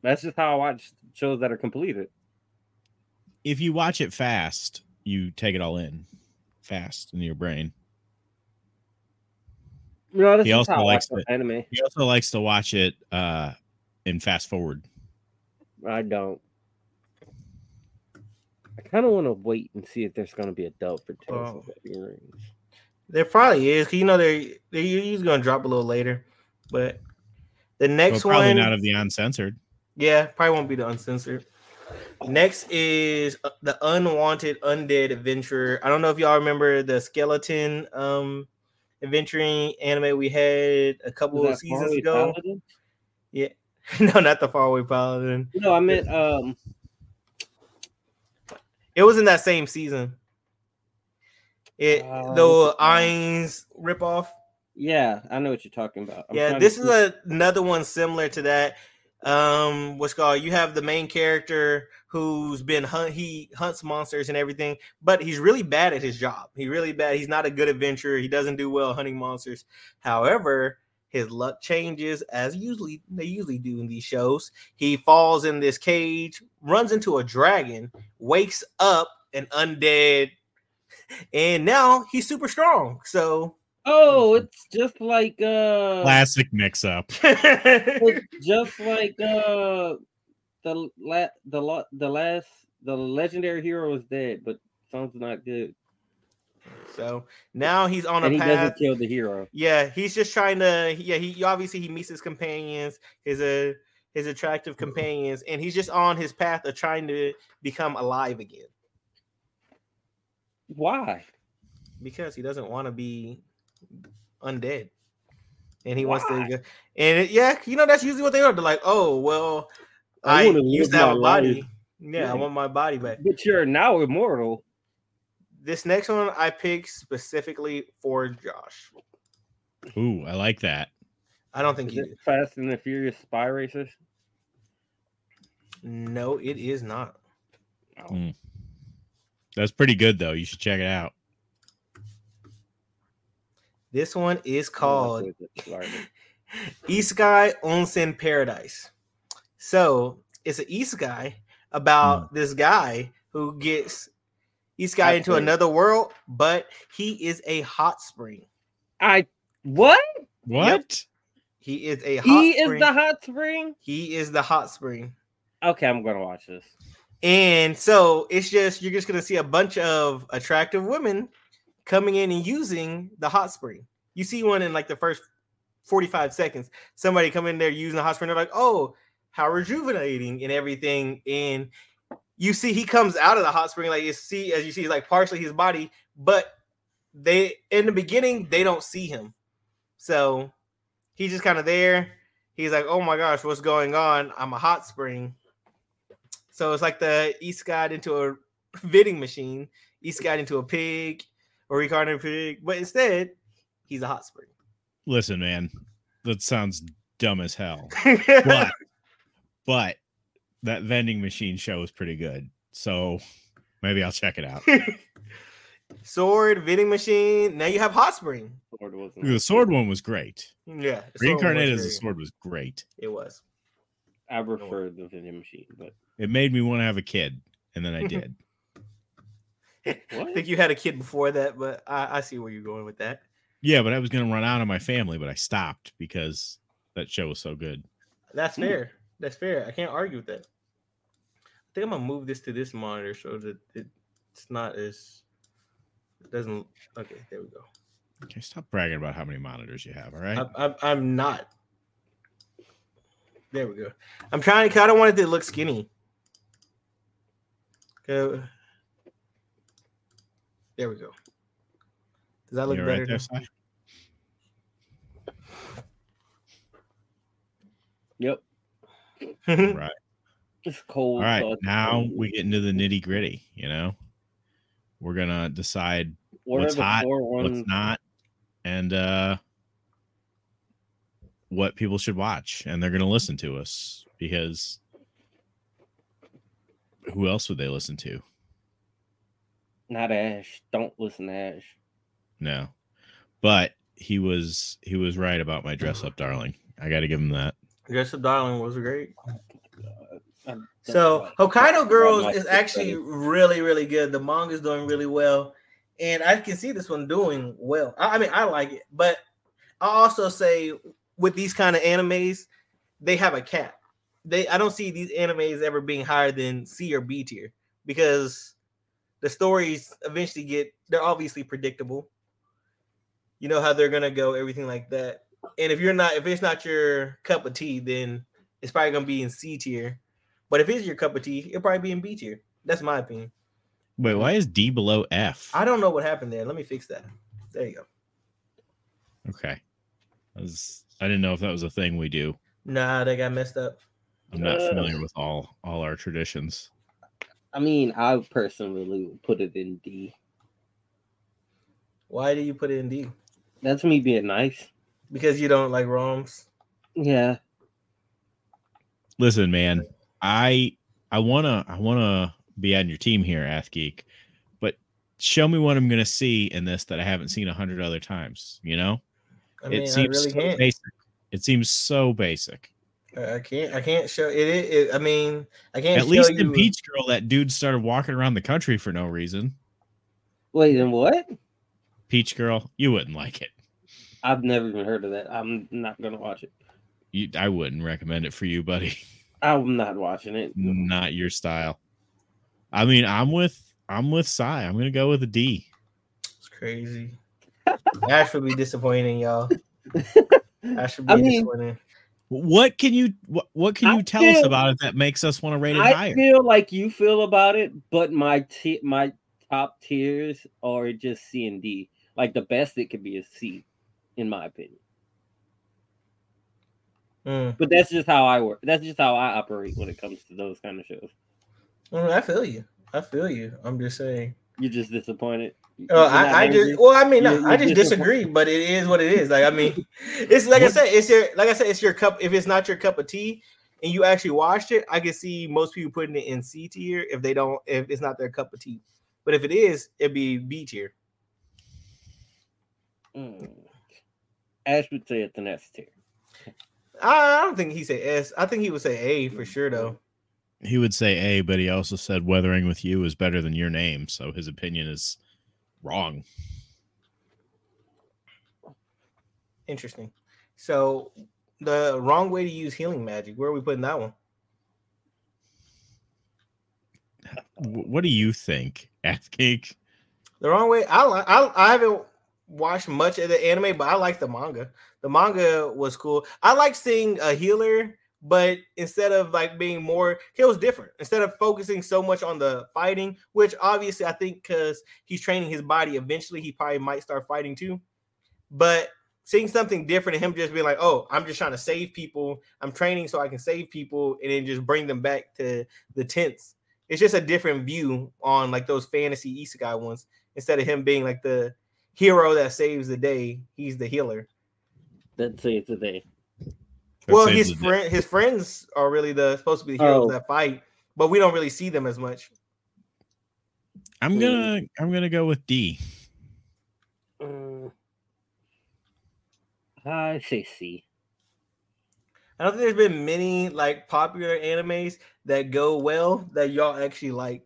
Speaker 3: That's just how I watch shows that are completed.
Speaker 1: If you watch it fast, you take it all in fast in your brain.
Speaker 3: No, this
Speaker 1: He
Speaker 3: is
Speaker 1: also
Speaker 3: how I
Speaker 1: likes
Speaker 3: watch anime.
Speaker 1: He also likes to watch it uh in fast forward.
Speaker 3: I don't. I kind of want to wait and see if there's going to be a dub for Tales
Speaker 2: Oh.
Speaker 3: of the Earrings.
Speaker 2: There probably is. 'cause You know, they're they're usually gonna drop a little later, but the
Speaker 1: Well,
Speaker 2: next
Speaker 1: probably
Speaker 2: one,
Speaker 1: not of the uncensored.
Speaker 2: yeah, probably won't be the uncensored. Next is uh, the unwanted undead adventurer. I don't know if y'all remember the skeleton um adventuring anime we had a couple of
Speaker 3: Was that
Speaker 2: seasons
Speaker 3: Harley
Speaker 2: ago.
Speaker 3: Paladin?
Speaker 2: no, not the faraway paladin.
Speaker 3: No, I meant um,
Speaker 2: It was in that same season. It
Speaker 3: Uh,
Speaker 2: the
Speaker 3: what's it called?
Speaker 2: Ain's ripoff.
Speaker 3: yeah, I know what you're talking about. I'm
Speaker 2: yeah
Speaker 3: trying
Speaker 2: this
Speaker 3: to
Speaker 2: is
Speaker 3: see-
Speaker 2: a, another one similar to that um what's it called you have the main character who's been hunt he hunts monsters and everything but he's really bad at his job he's really bad he's not a good adventurer he doesn't do well hunting monsters however his luck changes as usually they usually do in these shows he falls in this cage runs into a dragon wakes up an undead and now he's super strong so
Speaker 3: Oh, it's just like uh,
Speaker 1: Classic mix up.
Speaker 3: it's just like uh, the la- the lo- the last the legendary hero is dead, but sounds not good,
Speaker 2: So now he's on a
Speaker 3: and he
Speaker 2: path.
Speaker 3: doesn't kill the hero.
Speaker 2: Yeah, he's just trying to. Yeah, he obviously he meets his companions, his uh, his attractive
Speaker 3: Mm-hmm.
Speaker 2: companions, and he's just on his path of trying to become alive again
Speaker 3: Why?
Speaker 2: because he doesn't want to be undead, and he wants
Speaker 3: Why?
Speaker 2: to. go- And it, yeah, you know that's usually what they are. They're like, oh well,
Speaker 3: I
Speaker 2: I,
Speaker 3: wanna
Speaker 2: used
Speaker 3: live
Speaker 2: to have a
Speaker 3: my life."
Speaker 2: body. Yeah, I
Speaker 3: Yeah.
Speaker 2: want my body back.
Speaker 3: But you're now immortal.
Speaker 2: This next one I picked specifically for Josh.
Speaker 1: Ooh, I like that.
Speaker 2: I don't think
Speaker 3: Is
Speaker 2: you.
Speaker 3: it Fast and the Furious Spy Racers?
Speaker 2: do. No, it is not.
Speaker 1: That's pretty good though. You should check it out.
Speaker 2: This one is
Speaker 3: Oh,
Speaker 2: called
Speaker 3: that's what it's like.
Speaker 2: Isekai Onsen Paradise. So it's an Isekai about this guy who gets Isekai
Speaker 3: Hmm. Hot
Speaker 2: into
Speaker 3: spring.
Speaker 2: another world, but he is a hot spring.
Speaker 3: I what?
Speaker 1: What?
Speaker 2: He is a hot
Speaker 3: He
Speaker 2: spring.
Speaker 3: is the hot spring.
Speaker 2: he is the hot spring.
Speaker 3: Okay, I'm gonna watch this.
Speaker 2: And so it's just you're just gonna see a bunch of attractive women coming in and using the hot spring. You see one in like the first 45 seconds. Somebody come in there using the hot spring, they're like, Oh, how rejuvenating and everything. And you see he comes out of the hot spring, like you see, as you see, like partially his body, but they in the beginning they don't see him. So he's just kind of there. He's like, Oh my gosh, what's going on? I'm a hot spring. So it's like the East got into a vending machine, East got into a pig, or reincarnated pig, but instead he's a hot spring.
Speaker 1: Listen, man, that sounds dumb as hell. But but that vending machine show is pretty good. So maybe I'll check it out.
Speaker 2: Sword, vending machine. Now you have hot spring.
Speaker 3: Lord wasn't.
Speaker 1: The sword one was great.
Speaker 2: Yeah. the sword was
Speaker 1: Reincarnated as a
Speaker 2: great.
Speaker 1: sword was great.
Speaker 2: It was.
Speaker 3: I prefer the vending machine, but
Speaker 1: It made me want to have a kid, and then I did.
Speaker 2: I
Speaker 3: what?
Speaker 2: think you had a kid before that, but I, I see where you're going with that.
Speaker 1: yeah, but I was gonna run out of my family, but I stopped because that show was so good.
Speaker 2: That's
Speaker 3: Hmm.
Speaker 2: fair. That's fair. I can't argue with that. I think I'm gonna move this to this monitor so that it, it's not as it doesn't okay. There we go.
Speaker 1: Okay, stop bragging about how many monitors you have. All right.
Speaker 2: I'm, I'm, I'm not. There we go. I'm trying. Cause I don't want it to look skinny. Go. There we go. Does that look
Speaker 1: You all
Speaker 2: better?
Speaker 1: right there,
Speaker 2: now?
Speaker 1: Si?
Speaker 3: Yep,
Speaker 1: Right.
Speaker 3: it's cold.
Speaker 1: All
Speaker 3: so
Speaker 1: right.
Speaker 3: it's
Speaker 1: Now
Speaker 3: cold.
Speaker 1: we get into the nitty gritty. You know, we're gonna decide
Speaker 3: What are
Speaker 1: what's
Speaker 3: the
Speaker 1: hot,
Speaker 3: four ones-
Speaker 1: what's not, and uh what people should watch, and they're gonna listen to us because who else would they listen to?
Speaker 3: Not Ash. Don't listen to Ash.
Speaker 1: No, but he was he was right about my dress up, darling. I got to give him that.
Speaker 2: Dress Up Darling was great.
Speaker 3: I'm-
Speaker 2: So Hokkaido
Speaker 3: Like,
Speaker 2: Girls is actually really, really good. The manga's doing really well, and I can see this one doing well. I, I mean, I like it, but I also say with these kind of animes, they have a cap. They I don't see these animes ever being higher than C or B tier because the stories eventually get they're obviously predictable. You know how they're gonna go, everything like that. And if you're not, if it's not your cup of tea, then it's probably gonna be in C tier. But if it's your cup of tea, it'll probably be in B tier. That's my opinion.
Speaker 1: Wait, why is D below F?
Speaker 2: I don't know what happened there. Let me fix that. There you go.
Speaker 1: Okay. I, was, I didn't know if that was a thing we do.
Speaker 2: Nah, that got messed up.
Speaker 1: I'm not
Speaker 3: Uh.
Speaker 1: familiar with all all our traditions.
Speaker 3: I mean, I personally would put it in D.
Speaker 2: Why do you put it in D?
Speaker 3: That's me being nice.
Speaker 2: Because you don't like ROMs.
Speaker 3: Yeah.
Speaker 1: Listen, man, I I wanna I wanna be on your team here, Ath Geek, but show me what I'm gonna see in this that I haven't seen a hundred other times. You know,
Speaker 2: I
Speaker 1: it
Speaker 2: mean, I
Speaker 1: seems
Speaker 2: really
Speaker 1: so
Speaker 2: can't.
Speaker 1: basic. It seems so basic.
Speaker 2: I I can't. I can't show it. it, it- I mean, I can't.
Speaker 1: At
Speaker 2: show
Speaker 1: least
Speaker 2: you,
Speaker 1: in Peach Girl, that dude started walking around the country for no reason.
Speaker 3: Wait, and what?
Speaker 1: Peach Girl, you wouldn't like it.
Speaker 3: I've never even heard of that. I'm not gonna watch it.
Speaker 1: You, I wouldn't recommend it for you, buddy.
Speaker 3: I'm not watching it.
Speaker 1: Not your style. I mean, I'm with I'm with Sai. I'm gonna go with a D.
Speaker 2: It's crazy. Ash would be disappointing, y'all. Ash would be
Speaker 3: I mean,
Speaker 2: disappointing.
Speaker 1: What can you what, what can
Speaker 3: I
Speaker 1: you tell us
Speaker 3: feel-
Speaker 1: about it that makes us want to rate it
Speaker 3: I
Speaker 1: higher?
Speaker 3: feel like you feel about it, but my t- my top tiers are just C and D. Like the best it could be is C, in my opinion.
Speaker 2: Mm.
Speaker 3: But that's just how I work. That's just how I operate when it comes to those kind of shows.
Speaker 2: Mm, I feel you. I feel you. I'm just saying.
Speaker 3: You're just disappointed. You're
Speaker 2: Uh,
Speaker 3: not
Speaker 2: I, I
Speaker 3: angry.
Speaker 2: just well, I mean, no,
Speaker 3: You're-
Speaker 2: I
Speaker 3: you're
Speaker 2: just disagree, but it is what it is. Like, I mean, it's like I
Speaker 1: What-
Speaker 2: said, it's your like I said, it's your cup. If it's not your cup of tea, and you actually watched it, I can see most people putting it in C tier if they don't, if it's not their cup of tea. But if it is, it'd be B tier.
Speaker 3: Mm. Ash would say it's an S tier.
Speaker 2: I, I don't think he said S. I think he would say A for sure, though.
Speaker 1: He would say A, but he also said weathering with you is better than your name, so his opinion is wrong.
Speaker 2: Interesting. So, the wrong way to use healing magic. Where are we putting that one?
Speaker 1: W- what do you think, Athgeek?
Speaker 2: The wrong way. I like. I, I haven't watched much of the anime, but I like the manga. The manga was cool. I like seeing a healer, but instead of like being more, it was different. Instead of focusing so much on the fighting, which obviously I think because he's training his body, eventually he probably might start fighting too. But seeing something different and him just being like, "Oh, I'm just trying to save people. I'm training so I can save people," and then just bring them back to the tents. It's just a different view on like those fantasy isekai ones instead of him being like the hero that saves the day, he's the healer.
Speaker 3: That say it's a day.
Speaker 2: well, his friend, his friends are really the supposed to be the heroes
Speaker 3: Oh.
Speaker 2: that fight, but we don't really see them as much.
Speaker 1: I'm gonna I'm gonna go with D.
Speaker 3: Mm. I say C.
Speaker 2: I don't think there's been many like popular animes that go well that y'all actually like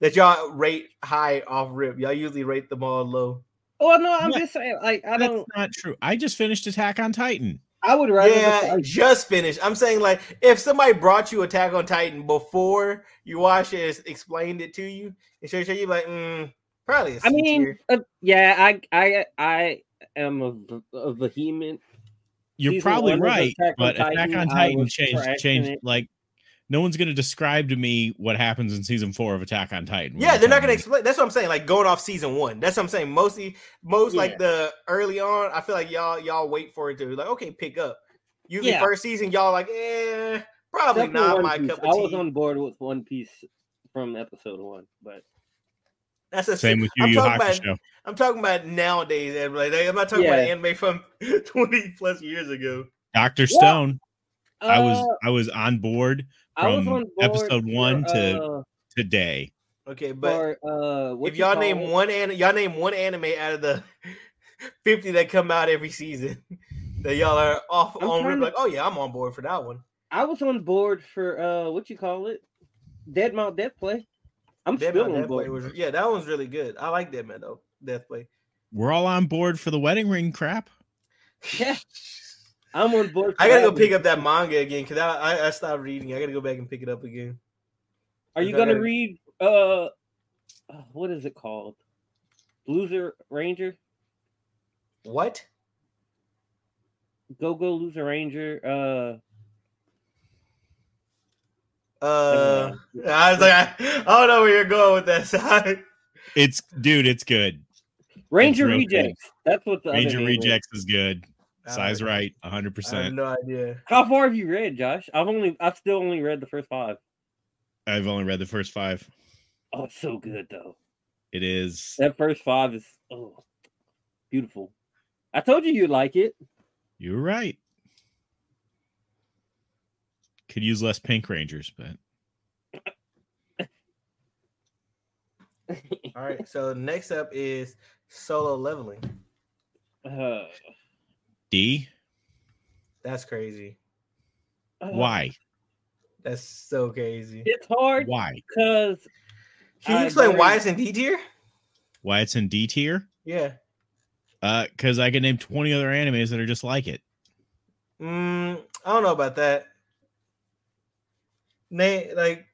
Speaker 2: that y'all rate high off rip. Y'all usually rate them all low.
Speaker 3: Well, Oh, no, I'm
Speaker 1: What?
Speaker 3: just saying. Like, I
Speaker 1: That's
Speaker 3: don't.
Speaker 1: not true. I just finished Attack on Titan.
Speaker 3: I would rather.
Speaker 2: Yeah,
Speaker 3: like,
Speaker 2: just finished. I'm saying like if somebody brought you Attack on Titan before you watched it, explained it to you, and show you like, mm, probably. a
Speaker 3: I
Speaker 2: C
Speaker 3: mean,
Speaker 2: tier.
Speaker 3: uh, yeah, I, I, I am a, v- a vehement.
Speaker 1: You're
Speaker 3: Season
Speaker 1: probably
Speaker 3: one was
Speaker 1: right,
Speaker 3: Attack on
Speaker 1: but Attack
Speaker 3: Titan,
Speaker 1: on
Speaker 3: I
Speaker 1: Titan
Speaker 3: was
Speaker 1: changed
Speaker 3: trashing
Speaker 1: changed
Speaker 3: it.
Speaker 1: like no one's gonna describe to me what happens in season four of Attack on Titan.
Speaker 2: Yeah, they're not gonna
Speaker 1: gonna
Speaker 3: Mm-hmm.
Speaker 2: explain. That's what I'm saying. Like going off season one. That's what I'm saying. Mostly, most
Speaker 3: Yeah.
Speaker 2: like the early on. I feel like y'all y'all wait for it to like okay pick up. Usually
Speaker 3: Yeah.
Speaker 2: first season y'all like eh probably
Speaker 3: Except for
Speaker 2: not
Speaker 3: One
Speaker 2: my
Speaker 3: Piece.
Speaker 2: cup
Speaker 3: I
Speaker 2: of
Speaker 3: was
Speaker 2: tea.
Speaker 3: on board with One Piece from episode one, but
Speaker 2: That's a
Speaker 1: same with you,
Speaker 2: I'm
Speaker 1: you
Speaker 2: talking
Speaker 1: Hakusho.
Speaker 2: about- I'm talking about nowadays. anime. Like, I'm not talking about
Speaker 3: Yeah.
Speaker 2: anime from 20 plus years ago.
Speaker 1: Doctor
Speaker 3: Yeah.
Speaker 1: Stone. I was
Speaker 3: Uh,
Speaker 1: I was on board
Speaker 3: I was
Speaker 1: from
Speaker 3: on board
Speaker 1: episode one
Speaker 3: for,
Speaker 1: to-
Speaker 3: uh,
Speaker 1: today.
Speaker 2: Okay, but
Speaker 3: for, uh, what
Speaker 2: if
Speaker 3: you
Speaker 2: y'all
Speaker 3: call
Speaker 2: name
Speaker 3: it?
Speaker 2: one an y'all name one anime out of the 50 that come out every season that y'all are off
Speaker 3: I'm
Speaker 2: on.
Speaker 3: trying to-
Speaker 2: Like, oh yeah, I'm on board for that one.
Speaker 3: I was on board for uh what you call it, Dead Mount Death Play. I'm
Speaker 2: Dead
Speaker 3: still
Speaker 2: Man
Speaker 3: on
Speaker 2: Death Play
Speaker 3: board.
Speaker 2: was yeah, that one's really good. I like Dead Man though. Death Play.
Speaker 1: We're all on board for the wedding ring crap.
Speaker 3: Yeah, I'm on board.
Speaker 2: I gotta
Speaker 3: for
Speaker 2: go
Speaker 3: that
Speaker 2: pick
Speaker 3: one.
Speaker 2: up that manga again because I, I I stopped reading. I gotta go back and pick it up again.
Speaker 3: Are you
Speaker 2: I gotta-
Speaker 3: gonna read uh, uh, what is it called? Loser Ranger,
Speaker 2: What?
Speaker 3: Go Go Loser Ranger. Uh,
Speaker 2: Uh,
Speaker 3: uh,
Speaker 2: I was like, I, I don't know where you're going with that. Sorry.
Speaker 1: It's dude, it's good.
Speaker 3: Ranger
Speaker 1: real
Speaker 3: Rejects. That's what the other
Speaker 1: Ranger
Speaker 3: name is.
Speaker 1: Rejects is good. Size
Speaker 2: I-
Speaker 1: right, 100.
Speaker 2: I have
Speaker 1: percent
Speaker 2: no idea.
Speaker 3: How far have you read, Josh? I've only, I've still only read the first five.
Speaker 1: I've only read the first five.
Speaker 3: Oh, it's so good though.
Speaker 1: It is.
Speaker 3: That first five is oh, beautiful. I told you you'd like it.
Speaker 1: You're right. Could use less Pink Rangers, but
Speaker 2: All right, so next up is solo leveling.
Speaker 3: Uh,
Speaker 1: D.
Speaker 2: That's crazy.
Speaker 3: uh,
Speaker 1: Why?
Speaker 2: That's so crazy.
Speaker 3: It's hard
Speaker 1: Why?
Speaker 3: because
Speaker 2: Can you
Speaker 3: I
Speaker 2: explain
Speaker 3: agree.
Speaker 2: why it's in D tier?
Speaker 1: Why it's in D tier?
Speaker 2: Yeah.
Speaker 1: Uh, because I can name 20 other animes that are just like it.
Speaker 2: Mm, I don't know about that. Nay, like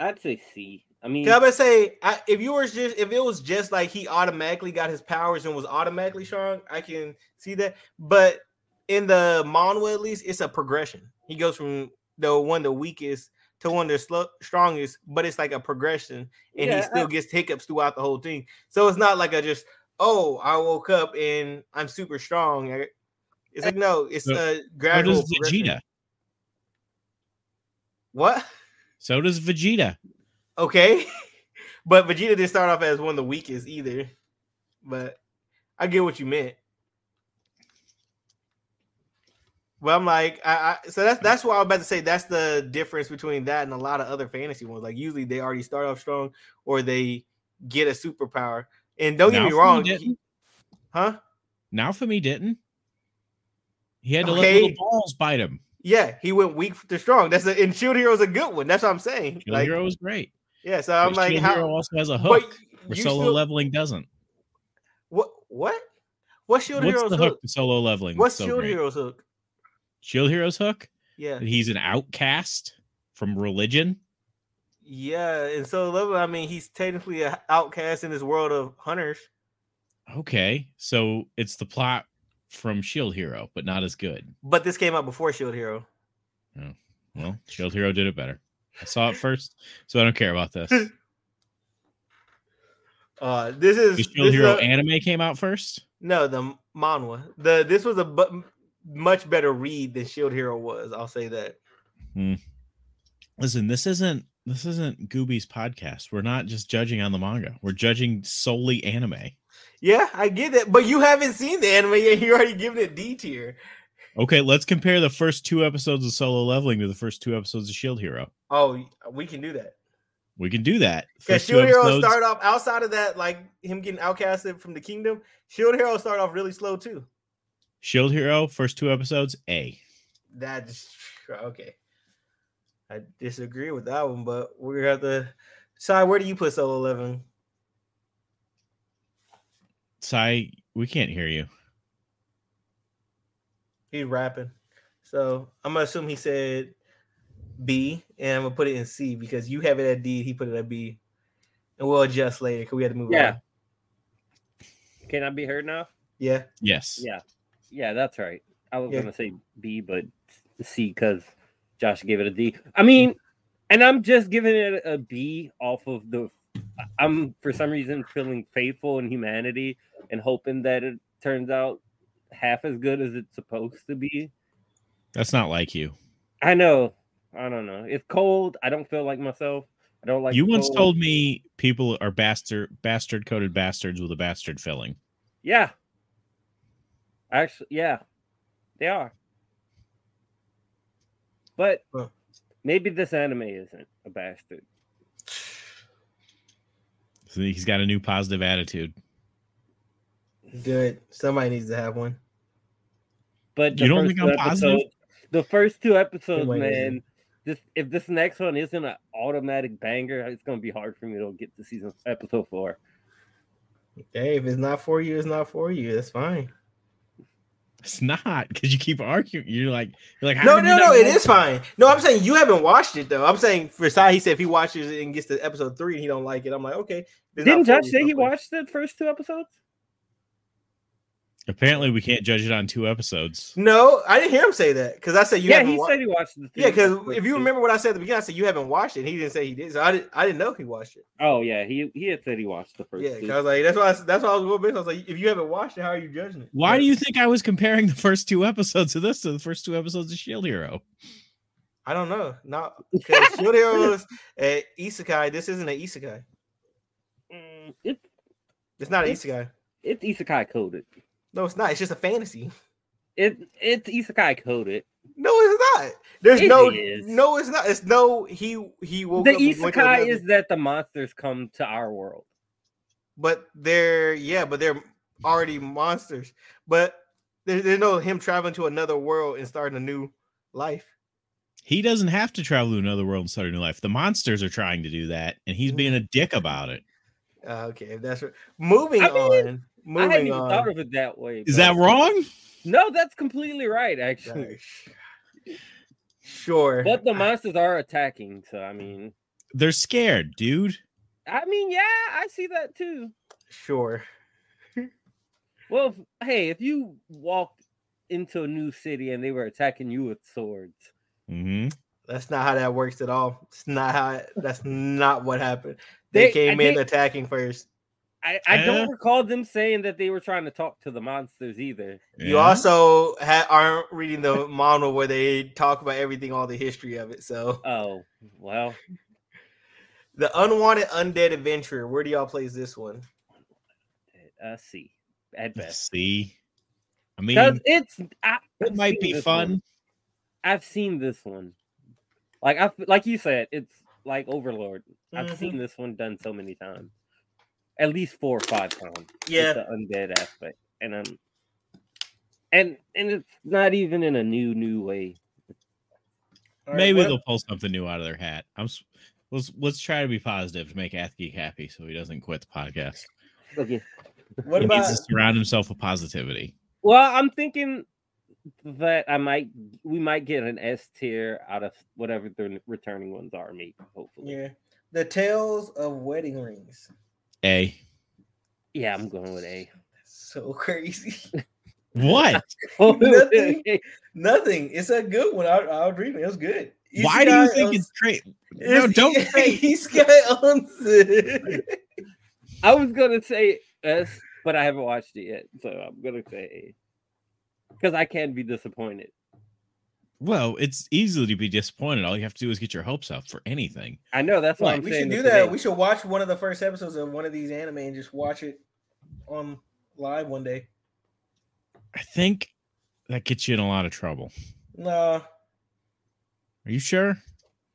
Speaker 3: I'd say C. I mean,
Speaker 2: Can I but say I, if you were just if it was just like he automatically got his powers and was automatically strong, I can see that. But in the manhwa, at least, it's a progression. He goes from the one the weakest to one the slo- strongest, but it's like a progression, and
Speaker 3: Yeah,
Speaker 2: he still gets hiccups throughout the whole thing. So it's not like a just oh I woke up and I'm super strong. I- It's like no, it's
Speaker 1: So-
Speaker 2: a
Speaker 1: So
Speaker 2: gradual.
Speaker 1: does
Speaker 2: progression.
Speaker 1: Vegeta.
Speaker 2: What?
Speaker 1: So does Vegeta.
Speaker 2: Okay. but Vegeta didn't start off as one of the weakest either. But I get what you meant. But I'm like, I, I so that's that's why I was about to say that's the difference between that and a lot of other fantasy ones. Like usually they already start off strong or they get a superpower. And don't get me
Speaker 1: Naofumi
Speaker 2: wrong,
Speaker 1: didn't.
Speaker 2: he- huh?
Speaker 1: Naofumi didn't. He had to
Speaker 2: Okay.
Speaker 1: let little balls bite him.
Speaker 2: Yeah, he went weak to strong. That's a and Shield Hero is a good one. That's what I'm saying.
Speaker 1: Shield
Speaker 2: like,
Speaker 1: Hero is great.
Speaker 2: yeah, so I'm
Speaker 1: But
Speaker 2: like,
Speaker 1: Shield Hero
Speaker 2: how?
Speaker 1: also has a
Speaker 2: But
Speaker 1: hook where
Speaker 2: you
Speaker 1: solo
Speaker 2: still-
Speaker 1: leveling doesn't.
Speaker 2: What? What? What Shield
Speaker 1: What's
Speaker 2: Hero's
Speaker 1: the
Speaker 2: hook?
Speaker 1: hook to solo leveling? that's
Speaker 2: What's
Speaker 1: so
Speaker 2: Shield
Speaker 1: great?
Speaker 2: Hero's hook?
Speaker 1: Shield Hero's hook?
Speaker 2: Yeah,
Speaker 1: That He's an outcast from religion.
Speaker 2: yeah. And so level, I mean, he's technically an outcast in this world of hunters.
Speaker 1: Okay. So it's the plot from Shield Hero, but not as good.
Speaker 2: But this came out before Shield Hero.
Speaker 1: Well, Shield Hero did it better. I saw it first, so I don't care about this. The
Speaker 2: Uh, this is
Speaker 1: Shield
Speaker 2: this is
Speaker 1: Hero
Speaker 2: a-
Speaker 1: anime came out first.
Speaker 2: no, the manhwa. The this was a bu- much better read than Shield Hero was. I'll say that.
Speaker 1: Listen, this isn't this isn't Gooby's podcast. We're not just judging on the manga. We're judging solely anime.
Speaker 2: Yeah, I get that. But you haven't seen the anime yet. You're already giving it D tier.
Speaker 1: Okay, let's compare the first two episodes of Solo Leveling to the first two episodes of Shield Hero.
Speaker 2: Oh, we can do that.
Speaker 1: We can do that.
Speaker 2: Because
Speaker 1: First two
Speaker 2: Shield Hero
Speaker 1: episodes-
Speaker 2: started off outside of that, like him getting outcasted from the kingdom. Shield Hero started off really slow too.
Speaker 1: Shield Hero, first two episodes, A.
Speaker 2: That's tr- okay. I disagree with that one, but we're gonna have to decide where do you put solo eleven?
Speaker 1: Sai, we can't hear you.
Speaker 2: He's rapping. So I'm gonna assume he said B and I'm gonna put it in C because you have it at D, he put it at B. And we'll adjust later because we had to move
Speaker 3: Yeah.
Speaker 2: on.
Speaker 3: can I be heard now?
Speaker 2: Yeah.
Speaker 1: Yes.
Speaker 3: Yeah. Yeah, that's right. I was
Speaker 2: Yeah.
Speaker 3: gonna say B, but C because Josh gave it a D. I mean, and I'm just giving it a B off of the. I'm for some reason feeling faithful in humanity and hoping that it turns out half as good as it's supposed to be.
Speaker 1: That's not like you.
Speaker 3: I know. I don't know. It's cold. I don't feel like myself. I don't like.
Speaker 1: you
Speaker 3: the
Speaker 1: once
Speaker 3: cold.
Speaker 1: told me people are bastard bastard coded bastards with a bastard filling.
Speaker 3: Yeah. Actually, yeah, they are. But
Speaker 2: Huh.
Speaker 3: maybe this anime isn't a bastard.
Speaker 1: So he's got a new positive attitude.
Speaker 2: Good. Somebody needs to have one.
Speaker 3: But the
Speaker 1: You don't
Speaker 3: first
Speaker 1: think
Speaker 3: two
Speaker 1: I'm positive?
Speaker 3: episodes- The first two episodes,
Speaker 2: Wait, wait,
Speaker 3: man. This if this next one isn't an automatic banger, it's gonna be hard for me to get to season episode four.
Speaker 2: Hey, if it's not for you, it's not for you. That's fine.
Speaker 1: It's not because you keep arguing. You're like, you're like, how
Speaker 2: No,
Speaker 1: did
Speaker 2: no,
Speaker 1: you
Speaker 2: no.
Speaker 1: not
Speaker 2: It
Speaker 1: know?
Speaker 2: is fine. No, I'm saying you haven't watched it though. I'm saying for Sai, he said if he watches it and gets to episode three and he don't like it, I'm like, okay. if it's not
Speaker 3: Didn't
Speaker 2: for
Speaker 3: Josh
Speaker 2: you,
Speaker 3: say
Speaker 2: it's
Speaker 3: he
Speaker 2: not for you.
Speaker 3: watched the first two episodes?
Speaker 1: Apparently, we can't judge it on two episodes.
Speaker 2: No, I didn't hear him say that because I said you
Speaker 3: yeah,
Speaker 2: haven't
Speaker 3: he
Speaker 2: wa-
Speaker 3: said he watched the.
Speaker 2: Yeah,
Speaker 3: two-
Speaker 2: because if you remember what I said at the beginning, I said you haven't watched it. and He didn't say he did, so I didn't. I didn't know he watched it.
Speaker 3: Oh yeah, he he had said he watched the first.
Speaker 2: Yeah, 'cause I
Speaker 3: two.
Speaker 2: was like, that's why. I, s- that's why I was a little bit. I was like, if you haven't watched it, how are you judging it?
Speaker 1: Why do you think I was comparing the first two episodes of this to the first two episodes of Shield Hero?
Speaker 2: I don't know. Not because Shield Heroes at Isekai. This isn't an Isekai.
Speaker 3: Mm, it,
Speaker 2: It's not an
Speaker 3: It's-
Speaker 2: Isekai.
Speaker 3: it's isekai coded.
Speaker 2: No, it's not. It's just a fantasy.
Speaker 3: It it's isekai coded.
Speaker 2: No, it's not. There's
Speaker 3: It
Speaker 2: no.
Speaker 3: is.
Speaker 2: No, it's not. It's no. He he woke up
Speaker 3: The
Speaker 2: and went to
Speaker 3: isekai
Speaker 2: another-
Speaker 3: is that the monsters come to our world.
Speaker 2: but they're yeah, but they're already monsters. But there, there's no him traveling to another world and starting a new life.
Speaker 1: He doesn't have to travel to another world and start a new life. The monsters are trying to do that, and he's
Speaker 2: Mm.
Speaker 1: being a dick about it.
Speaker 2: Uh, okay, if that's what, moving
Speaker 3: I mean,
Speaker 2: on.
Speaker 3: I hadn't
Speaker 2: Moving
Speaker 3: even
Speaker 2: on.
Speaker 3: thought of it that way.
Speaker 1: Is
Speaker 3: but-
Speaker 1: that wrong?
Speaker 3: No, that's completely right, actually.
Speaker 2: Right. Sure,
Speaker 3: But the monsters are attacking, so I mean,
Speaker 1: They're scared, dude.
Speaker 3: I mean, yeah, I see that too.
Speaker 2: sure.
Speaker 3: Well, if- hey, if you walked into a new city and they were attacking you with swords,
Speaker 1: hmm
Speaker 2: That's not how that works at all. It's not how. it- That's not what happened. They,
Speaker 3: They-
Speaker 2: came
Speaker 3: I
Speaker 2: in
Speaker 3: think-
Speaker 2: attacking first.
Speaker 3: I, I
Speaker 1: Yeah.
Speaker 3: don't recall them saying that they were trying to talk to the monsters either.
Speaker 2: You also ha- aren't reading the manual where they talk about everything, all the history of it. So
Speaker 3: Oh, well,
Speaker 2: the unwanted undead adventurer. Where do y'all place this one?
Speaker 3: uh, see, at best,
Speaker 1: see. I mean,
Speaker 3: because it's I,
Speaker 1: it
Speaker 3: I've
Speaker 1: might
Speaker 3: seen
Speaker 1: be
Speaker 3: this
Speaker 1: fun.
Speaker 3: one. I've seen this one. Like I like you said, it's like Overlord. I've
Speaker 2: Mhm.
Speaker 3: seen this one done so many times, at least four or five times. with
Speaker 2: Yeah,
Speaker 3: the undead aspect, and um, and and it's not even in a new new way.
Speaker 2: all right,
Speaker 1: Maybe
Speaker 2: what-
Speaker 1: they'll pull something new out of their hat. I'm. s- Let's let's try to be positive to make Athgeek happy so he doesn't quit the podcast.
Speaker 3: Okay.
Speaker 2: What
Speaker 1: he
Speaker 2: about
Speaker 1: needs to surround himself with positivity.
Speaker 3: Well, I'm thinking that I might we might get an S tier out of whatever the returning ones are, maybe hopefully.
Speaker 2: yeah the tales of wedding rings?
Speaker 1: A
Speaker 3: Yeah, I'm going with A.
Speaker 2: So crazy.
Speaker 1: what?
Speaker 2: Nothing. Nothing. It's a good one. I, I'll dream it. It was good.
Speaker 1: Why do you
Speaker 2: Isekai
Speaker 1: think
Speaker 2: owns-
Speaker 1: it's great? No, don't say.
Speaker 2: Isekai owns it.
Speaker 3: I was gonna say S, but I haven't watched it yet, so I'm gonna say A. Because I can be disappointed.
Speaker 1: Well, it's easy to be disappointed. All you have to do is get your hopes up for anything.
Speaker 3: I know that's why
Speaker 1: Right,
Speaker 3: I'm
Speaker 2: We
Speaker 3: saying.
Speaker 2: should do
Speaker 3: it's an
Speaker 2: that.
Speaker 3: A.
Speaker 2: We should watch one of the first episodes of one of these anime and just watch it on live one day.
Speaker 1: I think that gets you in a lot of trouble.
Speaker 2: Nah,
Speaker 1: Are you sure?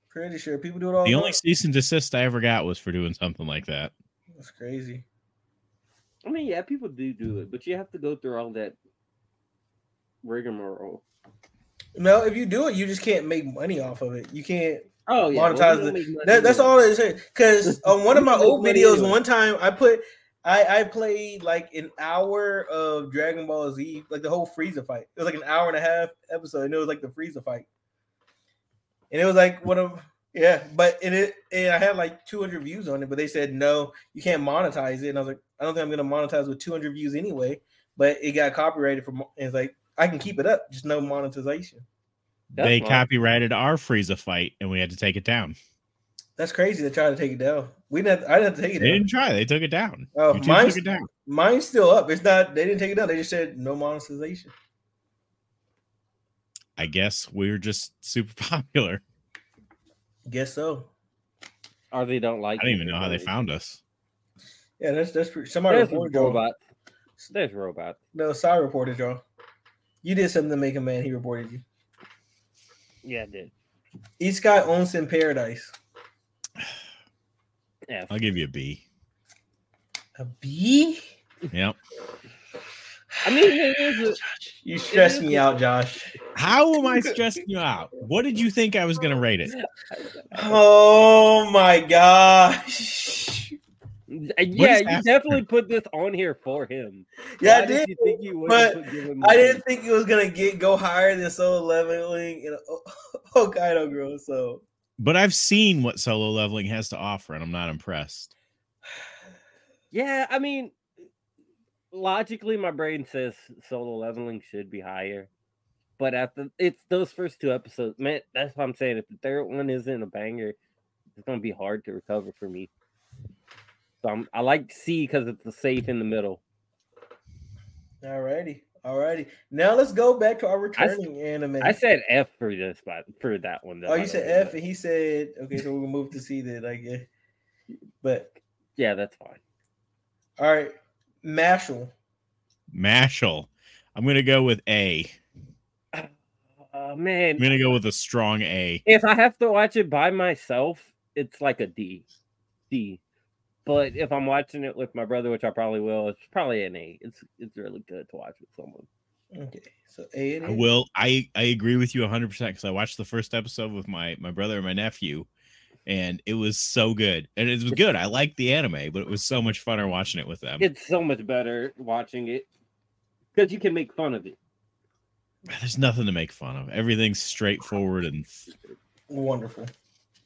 Speaker 2: pretty sure people do it all.
Speaker 3: Oh,
Speaker 1: The
Speaker 2: The
Speaker 1: only cease and desist I ever got was for doing something like that.
Speaker 2: That's crazy.
Speaker 3: I mean, yeah, people do do it, but you have to go through all that rigmarole.
Speaker 2: No, if you do it, you just can't make money off of it. You can't
Speaker 3: Oh yeah,
Speaker 2: Monetize it. That, that's all it is. Because on one of my old
Speaker 3: Money
Speaker 2: videos,
Speaker 3: anyway.
Speaker 2: one time I put, I I played like an hour of Dragon Ball Z, like the whole Frieza fight. It was like an hour and a half episode, and it was like the Frieza fight. And it was like one of yeah, but and it and I had like 200 views on it, but they said no, you can't monetize it. And I was like, I don't think I'm gonna monetize with 200 views anyway. But it got copyrighted from. It's like I can keep it up, just no monetization.
Speaker 3: That's
Speaker 1: they
Speaker 3: fine.
Speaker 1: copyrighted our Frieza fight and we had to take it down.
Speaker 2: That's crazy. They tried to take it down. We didn't. Have, I didn't have to take it
Speaker 1: They
Speaker 2: down.
Speaker 1: didn't try. They took it down.
Speaker 3: Uh,
Speaker 2: Oh,
Speaker 1: YouTube
Speaker 2: mine's-
Speaker 1: took it down.
Speaker 2: Mine's still up. It's not. They didn't take it down. They just said no monetization.
Speaker 1: I guess we were just super popular.
Speaker 2: Guess so.
Speaker 3: Or they don't like.
Speaker 1: I don't
Speaker 3: it,
Speaker 1: even know how they
Speaker 3: like-
Speaker 1: found us.
Speaker 2: Yeah, that's that's pretty, somebody
Speaker 3: There's
Speaker 2: reported y'all.
Speaker 3: robots. There's robots.
Speaker 2: No, sorry, reported y'all. You did something to make a man. He reported you.
Speaker 3: Yeah, I did.
Speaker 2: East Sky Onsen Paradise.
Speaker 3: Yeah.
Speaker 1: I'll give you a B.
Speaker 2: A B.
Speaker 1: Yep.
Speaker 3: I mean, it is.
Speaker 2: You stress me out, Josh.
Speaker 1: How am I stressing you out? What did you think I was going to rate it?
Speaker 2: Oh my gosh.
Speaker 3: A, yeah, you
Speaker 1: happening?
Speaker 3: definitely put this on here for him.
Speaker 2: Yeah, I
Speaker 3: Why
Speaker 2: did.
Speaker 3: you think you would
Speaker 2: but
Speaker 3: put- give him
Speaker 2: I
Speaker 3: more?
Speaker 2: didn't think it was gonna get go higher than Solo Leveling and Ho- Hokkaido Girl. So
Speaker 1: But I've seen what solo leveling has to offer, and I'm not impressed.
Speaker 3: Yeah, I mean, logically, my brain says solo leveling should be higher, but after it's those first two episodes, man, that's what I'm saying. If the third one isn't a banger, it's gonna be hard to recover for me. So I'm, I like C because it's the safe in the middle.
Speaker 2: alrighty, alrighty. Now let's go back to our returning anime.
Speaker 3: I said F for this, but for that one though.
Speaker 2: oh,
Speaker 3: I
Speaker 2: you
Speaker 3: don't
Speaker 2: said
Speaker 3: know,
Speaker 2: F,
Speaker 3: but
Speaker 2: and he said okay. So we're gonna move to C then, I guess. But
Speaker 3: Yeah, that's fine.
Speaker 2: all right, Mashal.
Speaker 1: Mashal. I'm going to go with A.
Speaker 3: Oh man,
Speaker 1: I'm going to go with a strong A.
Speaker 3: if I have to watch it by myself, it's like a D, D. But if I'm watching it with my brother, which I probably will, it's probably an A. It's it's really good to watch with someone.
Speaker 2: Okay, so A. it
Speaker 1: I
Speaker 2: is.
Speaker 1: will. I I agree with you 100 percent because I watched the first episode with my my brother and my nephew, and it was so good. And it was good. I liked the anime, but it was so much funner watching it with them.
Speaker 3: It's so much better watching it because you can make fun of it.
Speaker 1: There's nothing to make fun of. Everything's straightforward and
Speaker 2: Wonderful.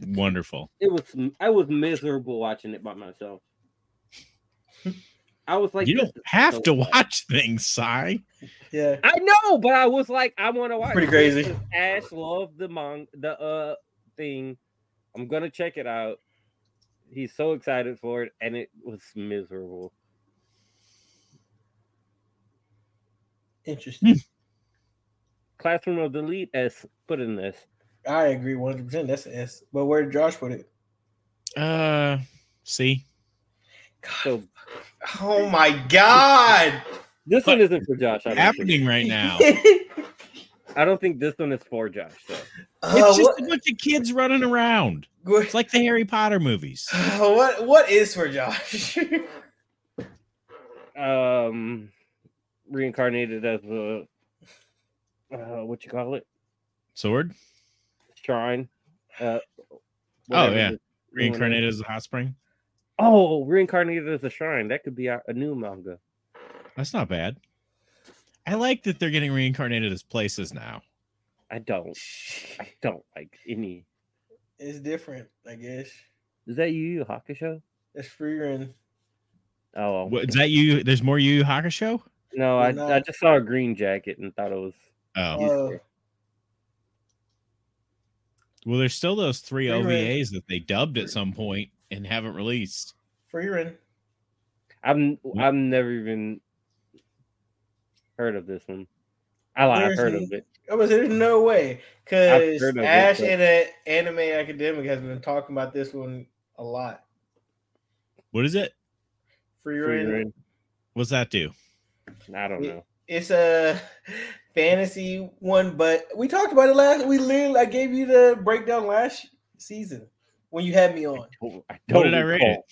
Speaker 1: wonderful.
Speaker 3: It was I was miserable watching it by myself. I was like,
Speaker 1: you
Speaker 3: this
Speaker 1: don't
Speaker 3: is
Speaker 1: have
Speaker 3: so
Speaker 1: to
Speaker 3: bad.
Speaker 1: watch things, Cy.
Speaker 2: Yeah.
Speaker 3: I know, but I was like, I want to watch.
Speaker 2: pretty
Speaker 3: it
Speaker 2: crazy.
Speaker 3: 'cause Ash loved the manga, the uh thing. I'm gonna check it out. He's so excited for it, and it was miserable.
Speaker 2: Interesting.
Speaker 3: Classroom of the Elite S put in this.
Speaker 2: I agree 100. percent That's an S. But where did Josh put it?
Speaker 1: Uh, see,
Speaker 3: So
Speaker 2: Oh my god!
Speaker 3: this
Speaker 1: But-
Speaker 3: one isn't for Josh. I don't, think.
Speaker 1: happening right now.
Speaker 3: Uh, I don't think this one is for Josh. So
Speaker 2: Uh,
Speaker 1: It's just
Speaker 2: what-
Speaker 1: a bunch of kids running around. It's like the Harry Potter movies.
Speaker 2: uh, what what is for Josh?
Speaker 3: um, reincarnated as a uh, what you call it
Speaker 1: Sword
Speaker 3: shrine. Uh,
Speaker 1: Oh,
Speaker 3: whatever
Speaker 1: yeah.
Speaker 3: the-
Speaker 1: reincarnated as a hot spring.
Speaker 3: Oh, reincarnated as a shrine. That could be a, a new manga.
Speaker 1: That's not bad. I like that they're getting reincarnated as places now.
Speaker 3: I don't. I don't like any.
Speaker 2: it's different, I guess.
Speaker 3: Is that Yu Yu Hakusho?
Speaker 2: It's free run.
Speaker 3: Oh,
Speaker 1: What, is that you? There's more Yu Yu Hakusho.
Speaker 3: no, I,
Speaker 2: No.
Speaker 3: I just saw a green jacket and thought it was.
Speaker 1: Oh,
Speaker 2: Uh,
Speaker 1: well, there's still those three
Speaker 2: Free reign.
Speaker 1: OVAs that they dubbed at some point and haven't released.
Speaker 2: free run.
Speaker 3: I'm I've never even heard of this one. I lie, I've heard of
Speaker 2: Seriously?
Speaker 3: it.
Speaker 2: I was there's no way
Speaker 3: I've
Speaker 2: because
Speaker 3: heard of it,
Speaker 2: Ash
Speaker 3: but-
Speaker 2: and an anime academic has been talking about this one a lot.
Speaker 1: What is it?
Speaker 2: Free
Speaker 3: Free
Speaker 2: run.
Speaker 3: reign.
Speaker 1: What's that do?
Speaker 3: I don't know.
Speaker 2: It's a fantasy one, but we talked about it last. We literally I gave you the breakdown last season when you had me on.
Speaker 3: I
Speaker 1: What did I rate
Speaker 3: recall.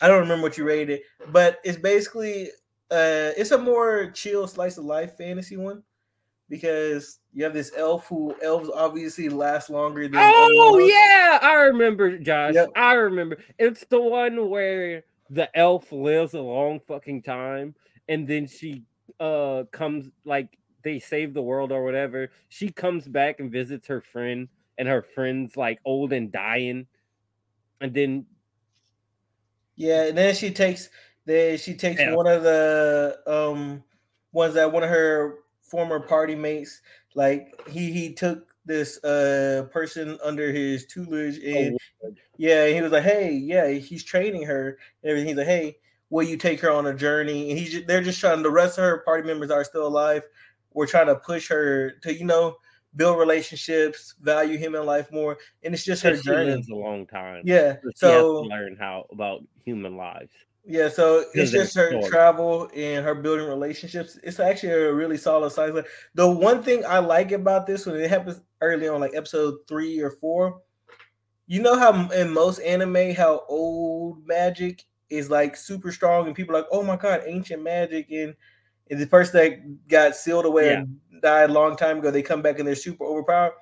Speaker 2: I don't remember what you rated it, but it's basically uh it's a more chill slice of life fantasy one because you have this elf who elves obviously last longer than
Speaker 3: Oh
Speaker 2: everyone else.
Speaker 3: yeah, I remember, Josh.
Speaker 2: Yep.
Speaker 3: I remember. It's the one where the elf lives a long fucking time, and then she uh comes like they save the world or whatever. She comes back and visits her friend, and her friend's like old and dying, and then
Speaker 2: Yeah, and then she takes then she takes
Speaker 3: Yeah.
Speaker 2: one of the um ones that one of her former party mates like he he took this uh person under his tutelage
Speaker 3: Oh,
Speaker 2: and yeah, he was like, "Hey, yeah, he's training her and everything." He's like, "Hey, will you take her on a journey?" And he's ju- they're just trying. The rest of her party members are still alive. We're trying to push her to you know build relationships, value human life more, and it's just her
Speaker 3: she
Speaker 2: journey.
Speaker 3: lives a long time.
Speaker 2: Yeah,
Speaker 3: So she has to
Speaker 2: so
Speaker 3: learn how about human lives.
Speaker 2: yeah, so it's
Speaker 3: they're
Speaker 2: just her
Speaker 3: short.
Speaker 2: travel and her building relationships. It's actually a really solid side. quest. The one thing I like about this when it happens early on, like episode three or four, you know how m- in most anime how old magic is like super strong and people are like, oh my god, ancient magic and and the person that got sealed away
Speaker 3: Yeah.
Speaker 2: and died a long time ago, they come back and they're super overpowered.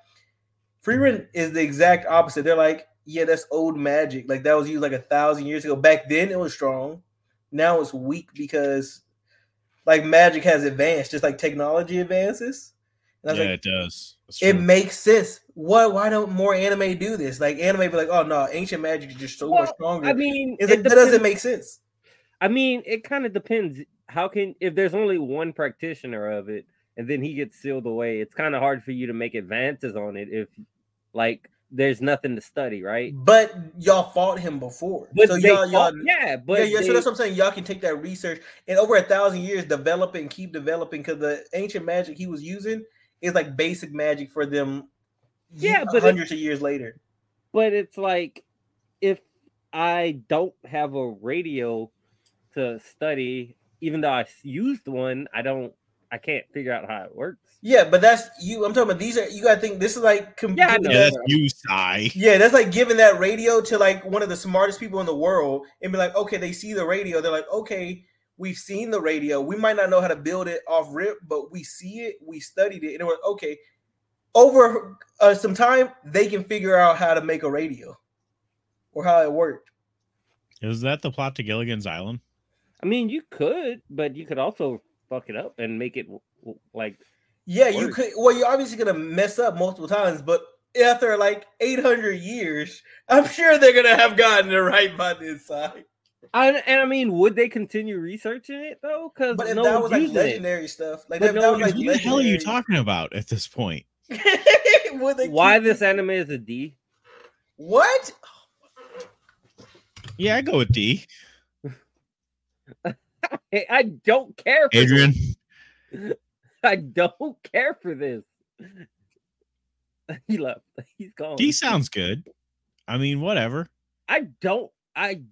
Speaker 2: Free rent is the exact opposite. They're like, yeah, that's old magic. Like that was used like a thousand years ago. Back then it was strong. Now it's weak because like magic has advanced, just like technology advances. And I was
Speaker 1: yeah,
Speaker 2: like,
Speaker 1: it does. That's
Speaker 2: it
Speaker 1: true.
Speaker 2: makes sense. Why why don't more anime do this? Like anime be like, oh no, ancient magic is just so much
Speaker 3: Well,
Speaker 2: stronger.
Speaker 3: I mean,
Speaker 2: it's
Speaker 3: it
Speaker 2: like, that doesn't
Speaker 3: depends-
Speaker 2: make sense.
Speaker 3: I mean, it kind of depends. How can if there's only one practitioner of it, and then he gets sealed away, it's kind of hard for you to make advances on it if, like, there's nothing to study, right?
Speaker 2: But y'all fought him before. Mm.
Speaker 3: But
Speaker 2: so
Speaker 3: they
Speaker 2: y'all,
Speaker 3: fought-
Speaker 2: y'all
Speaker 3: yeah, but
Speaker 2: yeah, yeah.
Speaker 3: they,
Speaker 2: so that's what I'm saying. Y'all can take that research and over a thousand years develop it and keep developing because the ancient magic he was using is like basic magic for them. ye-
Speaker 3: Yeah, but it-
Speaker 2: hundreds of years later.
Speaker 3: but it's like if I don't have a radio to study, even though I s- used one, I don't, I can't figure out how it works.
Speaker 2: Yeah, but that's you. I'm talking about these are you gotta think this is like
Speaker 3: Yeah, I
Speaker 2: computer-
Speaker 3: know.
Speaker 1: Yeah, that's you, sigh.
Speaker 2: Yeah, that's like giving that radio to like one of the smartest people in the world and be like, okay, they see the radio. They're like, okay, we've seen the radio. We might not know how to build it off rip, but we see it, we studied it, and we're like, okay. Over uh, some time, they can figure out how to make a radio or how it worked.
Speaker 1: Is that the plot to Gilligan's Island?
Speaker 3: I mean, you could, but you could also fuck it up and make it w- w- like
Speaker 2: Yeah, you
Speaker 3: Work.
Speaker 2: could. Well, you're obviously gonna mess up multiple times, but after like 800 years, I'm sure they're gonna have gotten it right by this time.
Speaker 3: I, and I mean, would they continue researching it though? Because
Speaker 2: But if
Speaker 3: no
Speaker 2: that
Speaker 3: one's
Speaker 2: was like
Speaker 3: using
Speaker 2: legendary stuff, like
Speaker 3: But
Speaker 2: if
Speaker 3: no
Speaker 2: that
Speaker 3: one
Speaker 2: was like
Speaker 1: What the hell are you
Speaker 2: legendary-
Speaker 1: talking about at this point?
Speaker 2: Would they
Speaker 3: it. Why
Speaker 2: keep-
Speaker 3: this anime is a D?
Speaker 2: What?
Speaker 1: Yeah, I go with D.
Speaker 3: Hey, I don't care. For
Speaker 1: Adrian,
Speaker 3: this. I don't care for this. he left. He's gone.
Speaker 1: D sounds good. I mean, whatever.
Speaker 3: I don't. I.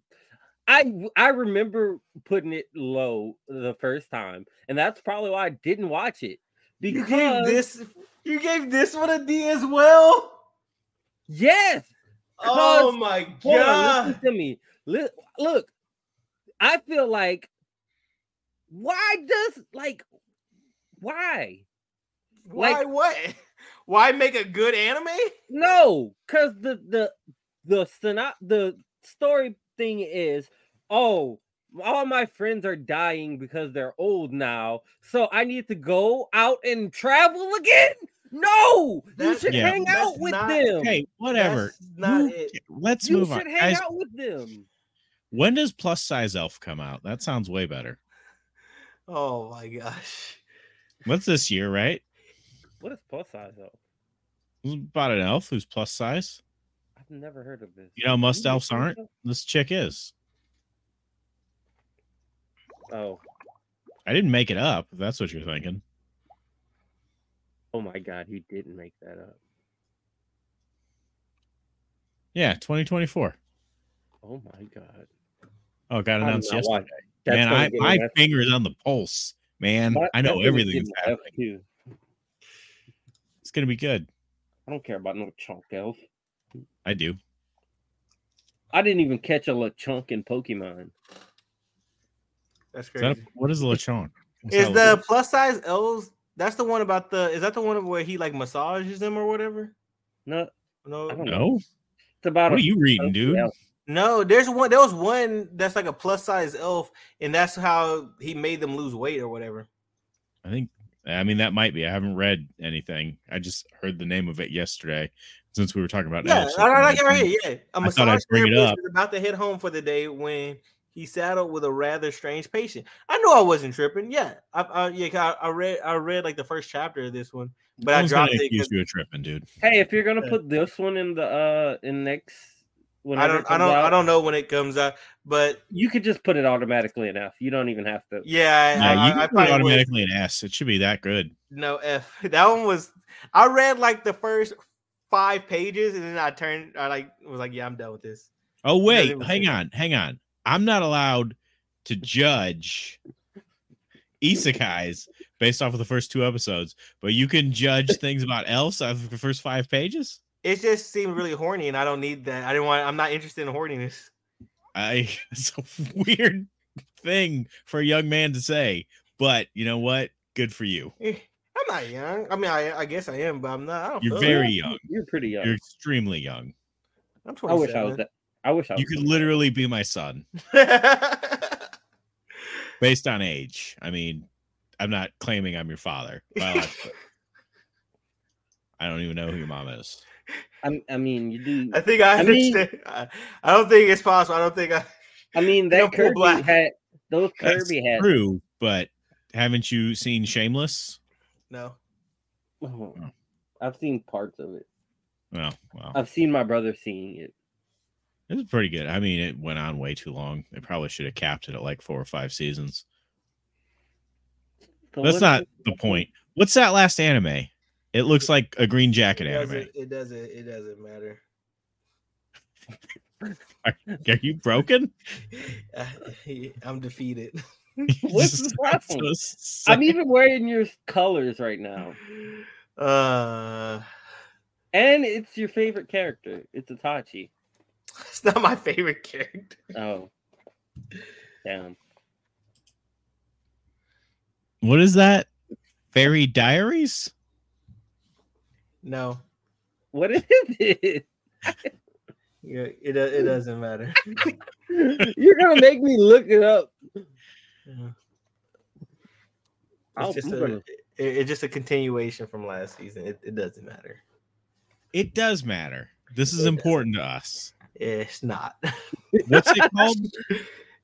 Speaker 3: I I remember putting it low the first time, and that's probably why I didn't watch it
Speaker 2: You
Speaker 3: because
Speaker 2: gave this? You gave this one a D as well?
Speaker 3: yes,
Speaker 2: Oh my
Speaker 3: Hold on,
Speaker 2: god!
Speaker 3: listen to me. Li- look, I feel like why does like why?
Speaker 2: Why
Speaker 3: like-
Speaker 2: what? Why make a good anime?
Speaker 3: No, because the the the synop- the story thing is oh all my friends are dying because they're old now, so I need to go out and travel again. No, you
Speaker 2: That's-
Speaker 3: should
Speaker 1: Yeah.
Speaker 3: hang
Speaker 2: that's
Speaker 3: out with
Speaker 2: not-
Speaker 3: them.
Speaker 1: Hey, whatever.
Speaker 2: That's not
Speaker 1: Move-
Speaker 2: it.
Speaker 1: Let's
Speaker 3: you
Speaker 1: move on.
Speaker 3: should hang
Speaker 1: Guys,
Speaker 3: out with them.
Speaker 1: when does Plus Size Elf come out? That sounds way better.
Speaker 2: Oh my gosh!
Speaker 1: What's this year, right?
Speaker 3: What is plus size though?
Speaker 1: It's About an elf who's plus size.
Speaker 3: I've never heard of this.
Speaker 1: You know, most
Speaker 3: You
Speaker 1: elves
Speaker 3: heard of
Speaker 1: aren't.
Speaker 3: this?
Speaker 1: This chick is.
Speaker 3: Oh,
Speaker 1: I didn't make it up. If that's what you're thinking.
Speaker 3: oh my God, he didn't make that up.
Speaker 1: Yeah, 2024.
Speaker 3: Oh my god!
Speaker 1: Oh, got
Speaker 3: I did
Speaker 1: announced
Speaker 3: not
Speaker 1: yesterday.
Speaker 3: watch it. That's
Speaker 1: man,
Speaker 3: gonna
Speaker 1: I,
Speaker 3: get
Speaker 1: my
Speaker 3: me- that's-
Speaker 1: finger's on the pulse, man.
Speaker 3: that-
Speaker 1: I know
Speaker 3: that's gonna get
Speaker 1: everything
Speaker 3: me
Speaker 1: that's
Speaker 3: F
Speaker 1: happening.
Speaker 3: too.
Speaker 1: It's gonna be good.
Speaker 3: I don't care about no chunk elf.
Speaker 1: I do.
Speaker 3: I didn't even catch a little chunk in Pokemon.
Speaker 2: That's
Speaker 1: Is
Speaker 2: crazy.
Speaker 1: that a- what is Lechon? What's
Speaker 2: is
Speaker 1: that-
Speaker 2: the plus size L's? That's the one about the. Is that the one where he like massages them or whatever?
Speaker 3: No, I
Speaker 2: No,
Speaker 3: don't-
Speaker 1: no?
Speaker 3: it's about
Speaker 1: What are
Speaker 3: a
Speaker 1: you reading,
Speaker 3: chunk
Speaker 1: dude?
Speaker 3: elf.
Speaker 2: no. There's one. There was one that's like a plus size elf, and that's how he made them lose weight or whatever.
Speaker 1: I think. I mean, that might be. I haven't read anything. I just heard the name of it yesterday. Since we were talking about
Speaker 2: Yeah,
Speaker 1: elves,
Speaker 2: I, I, I get
Speaker 1: I'm-
Speaker 2: right. Yeah, a
Speaker 1: I thought I'd
Speaker 2: massage
Speaker 1: bring it
Speaker 2: therapist
Speaker 1: up.
Speaker 2: was about to head home for the day when he saddled with a rather strange patient. I knew I wasn't tripping. Yeah, I, I yeah, 'cause I, I read I read like the first chapter of this one, but I
Speaker 1: Someone's gonna
Speaker 2: dropped it.
Speaker 1: accuse
Speaker 2: 'cause
Speaker 1: you of tripping, dude.
Speaker 3: Hey, if you're gonna
Speaker 2: Yeah.
Speaker 3: put this one in the uh in next,
Speaker 2: I
Speaker 3: whenever it
Speaker 2: don't I
Speaker 3: comes
Speaker 2: don't I
Speaker 3: out,
Speaker 2: don't know when it comes out, but
Speaker 3: You could just put it automatically in F. You don't even have to.
Speaker 2: yeah, I,
Speaker 1: Yeah,
Speaker 2: I,
Speaker 1: you
Speaker 2: I
Speaker 1: can put it
Speaker 2: probably would.
Speaker 1: automatically an S. It should be that good.
Speaker 2: No F. That one was I read like the first five pages and then I turned I like was like, yeah, I'm done with this.
Speaker 1: Oh
Speaker 2: they
Speaker 1: wait,
Speaker 2: were
Speaker 1: hang
Speaker 2: good.
Speaker 1: on, hang on. I'm not allowed to judge isekais based off of the first two episodes, but you can judge things about elves off of the first five pages.
Speaker 2: It just seemed really horny and I don't need that. I didn't want I'm not interested in horniness.
Speaker 1: I it's a weird thing for a young man to say, But you know what? Good for you.
Speaker 2: Eh, I'm not young. I mean, I, I guess I am, but I'm not. I don't
Speaker 1: You're
Speaker 2: feel
Speaker 1: very
Speaker 2: it.
Speaker 1: young.
Speaker 3: You're pretty young.
Speaker 1: You're extremely young.
Speaker 2: I'm
Speaker 3: I
Speaker 2: 27.
Speaker 3: wish I was that. I wish I was.
Speaker 1: You could literally be my son based on age. I mean, I'm not claiming I'm your father. biologically. I don't even know who your mom is.
Speaker 3: I, I mean, you do.
Speaker 2: I think I
Speaker 3: I mean-
Speaker 2: understand. I, I don't think it's possible. I don't think I.
Speaker 3: I mean,
Speaker 2: You're
Speaker 3: that
Speaker 2: full
Speaker 3: Kirby
Speaker 2: black.
Speaker 3: had those
Speaker 1: That's
Speaker 3: Kirby had.
Speaker 1: true, but haven't you seen Shameless?
Speaker 2: No.
Speaker 3: Oh,
Speaker 1: Oh.
Speaker 3: I've seen parts of it.
Speaker 1: Oh, well,
Speaker 3: I've seen my brother seeing it.
Speaker 1: it was pretty good. I mean, it went on way too long. They probably should have capped it at like four or five seasons.
Speaker 3: So
Speaker 1: That's
Speaker 3: what-
Speaker 1: not the point. What's that last anime? It looks like a Green Jacket
Speaker 2: it
Speaker 1: anime.
Speaker 2: doesn't- It doesn't. It doesn't matter.
Speaker 1: Are you broken?
Speaker 2: I, I'm defeated.
Speaker 3: What's
Speaker 1: Just
Speaker 3: the
Speaker 1: got
Speaker 3: problem?
Speaker 1: so sick.
Speaker 3: I'm even wearing your colors right now,
Speaker 2: Uh,
Speaker 3: and it's your favorite character. It's Itachi.
Speaker 2: it's not my favorite character.
Speaker 3: Oh, damn.
Speaker 1: what is that? Fairy Diaries?
Speaker 2: No.
Speaker 3: What is it?
Speaker 2: Yeah, it do- it doesn't matter.
Speaker 3: You're gonna make me look it up.
Speaker 2: Yeah.
Speaker 3: Oh,
Speaker 2: It's just
Speaker 3: I'm
Speaker 2: a,
Speaker 3: gonna-
Speaker 2: it, it's just a continuation from last season. It, it doesn't matter.
Speaker 1: It does matter. This is
Speaker 2: It
Speaker 1: important to us.
Speaker 2: It's not.
Speaker 1: What's it called?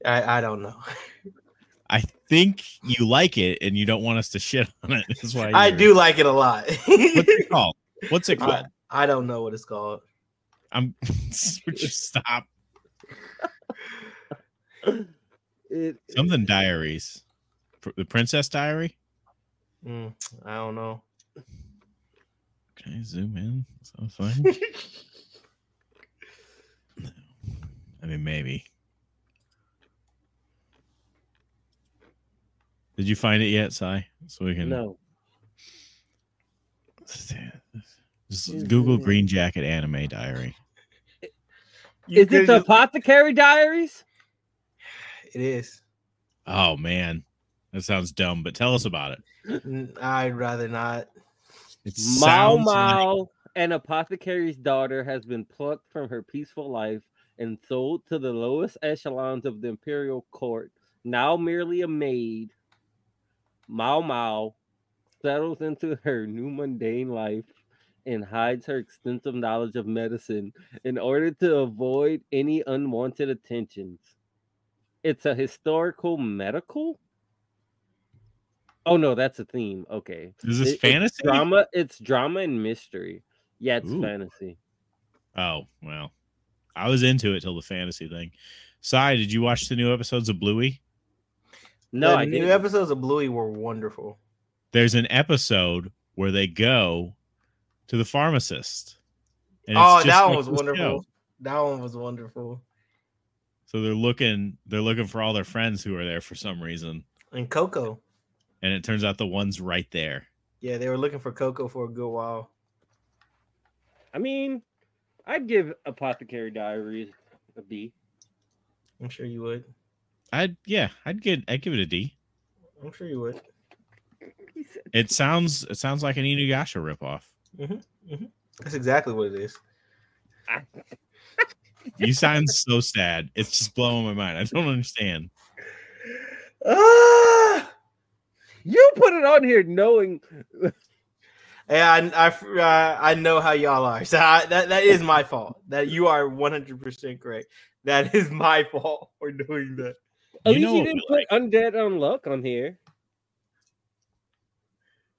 Speaker 2: I, I don't know.
Speaker 1: I think you like it and you don't want us to shit on it. That's why
Speaker 2: I
Speaker 1: you're-
Speaker 2: do like it a lot.
Speaker 1: What's it called? What's it called?
Speaker 2: I don't know what it's called.
Speaker 1: I'm would you stop
Speaker 3: It-
Speaker 1: something diaries. Pr- The Princess Diary.
Speaker 2: Mm, I don't know.
Speaker 1: Can I zoom in? Is that fine? I mean, maybe. Did you find it yet, Cy? So we can
Speaker 3: No,
Speaker 1: Just Google Green Jacket Anime Diary.
Speaker 2: You-
Speaker 3: is it the Apothecary Diaries?
Speaker 2: It is.
Speaker 1: Oh man, that sounds dumb. But tell us about it.
Speaker 2: N- I'd rather not.
Speaker 1: It
Speaker 3: Mao
Speaker 1: sounds like-
Speaker 3: Mao, an apothecary's daughter, has been plucked from her peaceful life and sold to the lowest echelons of the imperial court. Now merely a maid, Mao Mao settles into her new mundane life and hides her extensive knowledge of medicine in order to avoid any unwanted attentions. It's a historical medical? Oh no, that's a theme. Okay.
Speaker 1: is this
Speaker 3: It- it's
Speaker 1: fantasy?
Speaker 3: drama it's drama and mystery yeah it's
Speaker 1: Ooh.
Speaker 3: fantasy
Speaker 1: Oh well, I was into it till the fantasy thing. Cy, did you watch the new episodes of Bluey?
Speaker 3: no
Speaker 2: the
Speaker 3: i
Speaker 2: new
Speaker 3: didn't
Speaker 2: episodes of Bluey were wonderful.
Speaker 1: There's an episode where they go to the pharmacist. And it's
Speaker 2: Oh,
Speaker 1: just
Speaker 2: that one
Speaker 1: like
Speaker 2: was
Speaker 1: the
Speaker 2: wonderful.
Speaker 1: show.
Speaker 2: That one was wonderful.
Speaker 1: So they're looking, they're looking for all their friends who are there for some reason,
Speaker 2: And Coco.
Speaker 1: and it turns out the one's right there.
Speaker 2: Yeah, they were looking for Coco for a good while.
Speaker 3: i mean i'd give apothecary diaries a b
Speaker 2: I'm sure you would.
Speaker 1: I'd yeah, I'd get, I'd give it a D.
Speaker 2: I'm sure you would.
Speaker 1: It sounds, it sounds like an Inuyasha ripoff.
Speaker 2: That's exactly what it is.
Speaker 1: You sound so sad. It's just blowing my mind. I don't understand.
Speaker 2: Ah!
Speaker 3: you put it on here knowing
Speaker 2: Yeah, I, I, uh, I know how y'all are. So I, that, that is my fault. That you are 100% correct. That is my fault for doing that.
Speaker 1: You
Speaker 3: at least
Speaker 1: know
Speaker 3: you
Speaker 1: what
Speaker 3: didn't
Speaker 1: we
Speaker 3: put undead on luck on here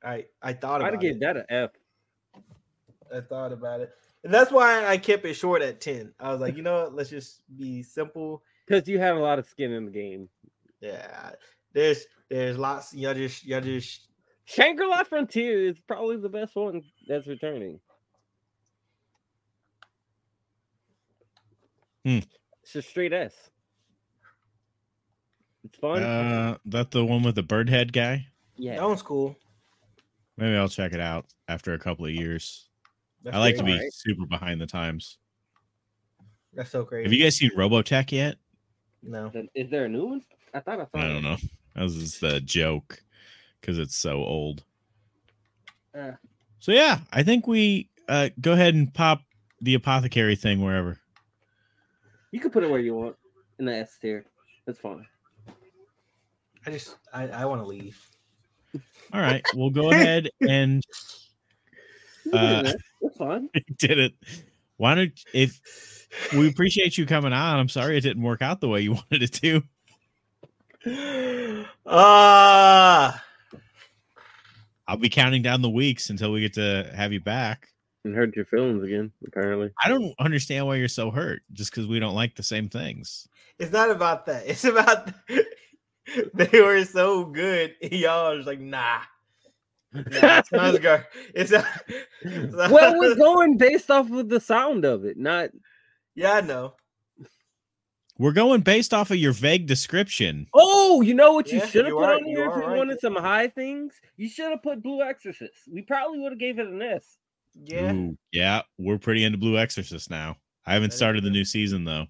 Speaker 2: I, I thought about
Speaker 3: i'd
Speaker 2: it.
Speaker 3: give that an f
Speaker 2: I thought about it. And that's why I kept it short at 10. I was like, you know what? Let's just be simple.
Speaker 3: because you have a lot of skin in the game
Speaker 2: Yeah. There's there's lots y'all just y'all just
Speaker 3: shangri-la frontier is probably the best one that's returning
Speaker 1: Hmm.
Speaker 3: it's a straight s it's fun
Speaker 1: Uh, that the one with the bird head guy.
Speaker 3: yeah
Speaker 2: that one's cool.
Speaker 1: Maybe I'll check it out after a couple of years.
Speaker 2: That's
Speaker 1: I like to
Speaker 2: crazy.
Speaker 1: be
Speaker 3: Alright.
Speaker 1: super behind the times.
Speaker 2: that's so crazy.
Speaker 1: Have you guys seen Robotech yet?
Speaker 2: no.
Speaker 3: Then- Is there a new one? I thought I saw.
Speaker 1: I don't know. That was just a joke. because it's so old.
Speaker 3: Uh.
Speaker 1: So yeah, I think we uh, go ahead and pop the apothecary thing wherever.
Speaker 3: You can put it where you want in the S tier. That's fine.
Speaker 2: I just I, I want to leave.
Speaker 1: All right, we'll go ahead and
Speaker 3: You can do
Speaker 1: Uh,
Speaker 3: that. That's fine.
Speaker 1: did it. Why don't if we appreciate you coming on? I'm sorry it didn't work out the way you wanted it to.
Speaker 2: Ah,
Speaker 1: I'll be counting down the weeks until we get to have you back.
Speaker 3: And hurt your feelings again, apparently.
Speaker 1: I don't understand why you're so hurt just because we don't like the same things.
Speaker 2: it's not about that. It's about they were so good. Y'all was like, nah. nah it sounds good. It's not, it's not-
Speaker 3: well, we're going based off of the sound of it, not
Speaker 2: yeah, I know.
Speaker 1: We're going based off of your vague description.
Speaker 3: Oh, you know what you
Speaker 2: Yeah,
Speaker 3: should have
Speaker 2: you
Speaker 3: put
Speaker 2: are-
Speaker 3: on
Speaker 2: you
Speaker 3: here if
Speaker 2: are
Speaker 3: you
Speaker 2: right.
Speaker 3: wanted some high things? You should have put Blue Exorcist. We probably would have gave it an S.
Speaker 2: Yeah.
Speaker 1: Ooh, yeah, we're pretty into Blue Exorcist now. I haven't
Speaker 2: That is
Speaker 1: started the
Speaker 2: true.
Speaker 1: new season though.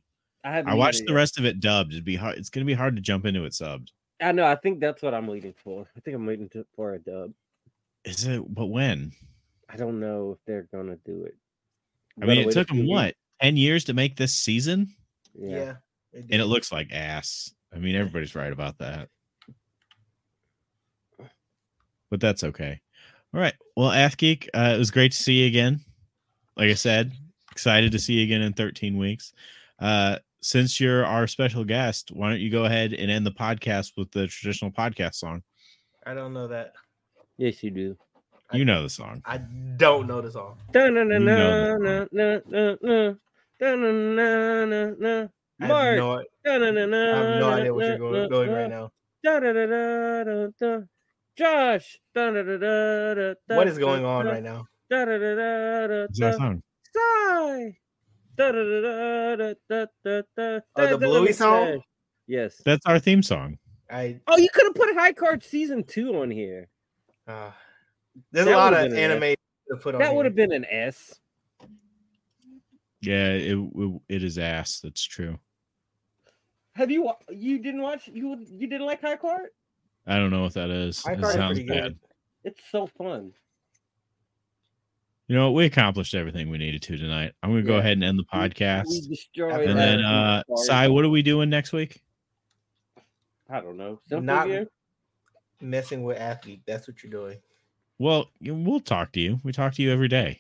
Speaker 3: I haven't
Speaker 1: I
Speaker 3: either
Speaker 1: watched the
Speaker 3: yet.
Speaker 1: rest of it dubbed. It'd be hard. It's gonna be hard to jump into it subbed.
Speaker 3: I know. I think that's what I'm waiting for. I think I'm waiting to, for a dub.
Speaker 1: Is it? But when?
Speaker 3: I don't know if they're gonna do it.
Speaker 1: I
Speaker 3: Gotta
Speaker 1: mean, it
Speaker 3: wait a
Speaker 1: took
Speaker 3: few
Speaker 1: them
Speaker 3: weeks.
Speaker 1: what ten years to make this season,
Speaker 3: Yeah.
Speaker 2: Yeah.
Speaker 1: and
Speaker 2: did.
Speaker 1: it looks like ass. I mean, everybody's right about that. But that's okay. All right. Well, Afgeek, uh, it was great to see you again. Like I said, excited to see you again in 13 weeks. Uh, since you're our special guest, why don't you go ahead and end the podcast with the traditional podcast song?
Speaker 2: I don't know that.
Speaker 3: Yes, you do.
Speaker 1: You know the song.
Speaker 2: I don't know the song.
Speaker 3: Dun, dun,
Speaker 1: You
Speaker 3: dun,
Speaker 1: know
Speaker 3: dun, dun, dun, dun, dun. Dun, dun, dun, dun, dun.
Speaker 2: I
Speaker 3: Mark.
Speaker 2: have no,
Speaker 3: Dun, dun, dun,
Speaker 2: I have no
Speaker 3: dun,
Speaker 2: idea what you're
Speaker 3: dun,
Speaker 2: going,
Speaker 3: dun,
Speaker 2: going right
Speaker 3: dun.
Speaker 2: now.
Speaker 3: Dun, dun, dun, dun, dun, dun. Josh. Dun, dun, dun, dun, dun,
Speaker 2: What
Speaker 3: dun,
Speaker 2: is going
Speaker 3: dun,
Speaker 2: on
Speaker 3: dun.
Speaker 2: right now?
Speaker 3: Da da da da da
Speaker 1: It's our
Speaker 3: da.
Speaker 1: song.
Speaker 3: Sigh. Da da da da da da da.
Speaker 2: Oh, the Bluey song?
Speaker 3: Yes.
Speaker 1: That's our theme song.
Speaker 2: I
Speaker 3: Oh, you could have put High Card Season Two on here.
Speaker 2: uh, there's
Speaker 3: That
Speaker 2: a lot
Speaker 3: would've
Speaker 2: of
Speaker 3: been an
Speaker 2: anime to put on.
Speaker 3: That would
Speaker 2: here.
Speaker 3: have been an S.
Speaker 1: Yeah, it, it, it is ass. That's true.
Speaker 3: Have you? wa- You didn't watch? You you didn't like High Card?
Speaker 1: I don't know what that is.
Speaker 2: I
Speaker 1: It
Speaker 2: thought it
Speaker 1: sounds
Speaker 2: pretty
Speaker 1: bad.
Speaker 2: good.
Speaker 3: It's so fun.
Speaker 1: You know, what? we accomplished everything we needed to tonight. I'm going to go
Speaker 3: Yeah.
Speaker 1: ahead and end the
Speaker 3: We- We
Speaker 1: podcast.
Speaker 3: destroyed.
Speaker 2: we
Speaker 1: And
Speaker 3: that.
Speaker 1: then, uh,
Speaker 3: I'm sorry.
Speaker 1: Cy, what are we doing next week?
Speaker 3: I don't know. Simple
Speaker 2: Not-
Speaker 3: Gear?
Speaker 2: messing with athlete. That's what you're doing.
Speaker 1: Well, you- we'll talk to you. We talk to you every day.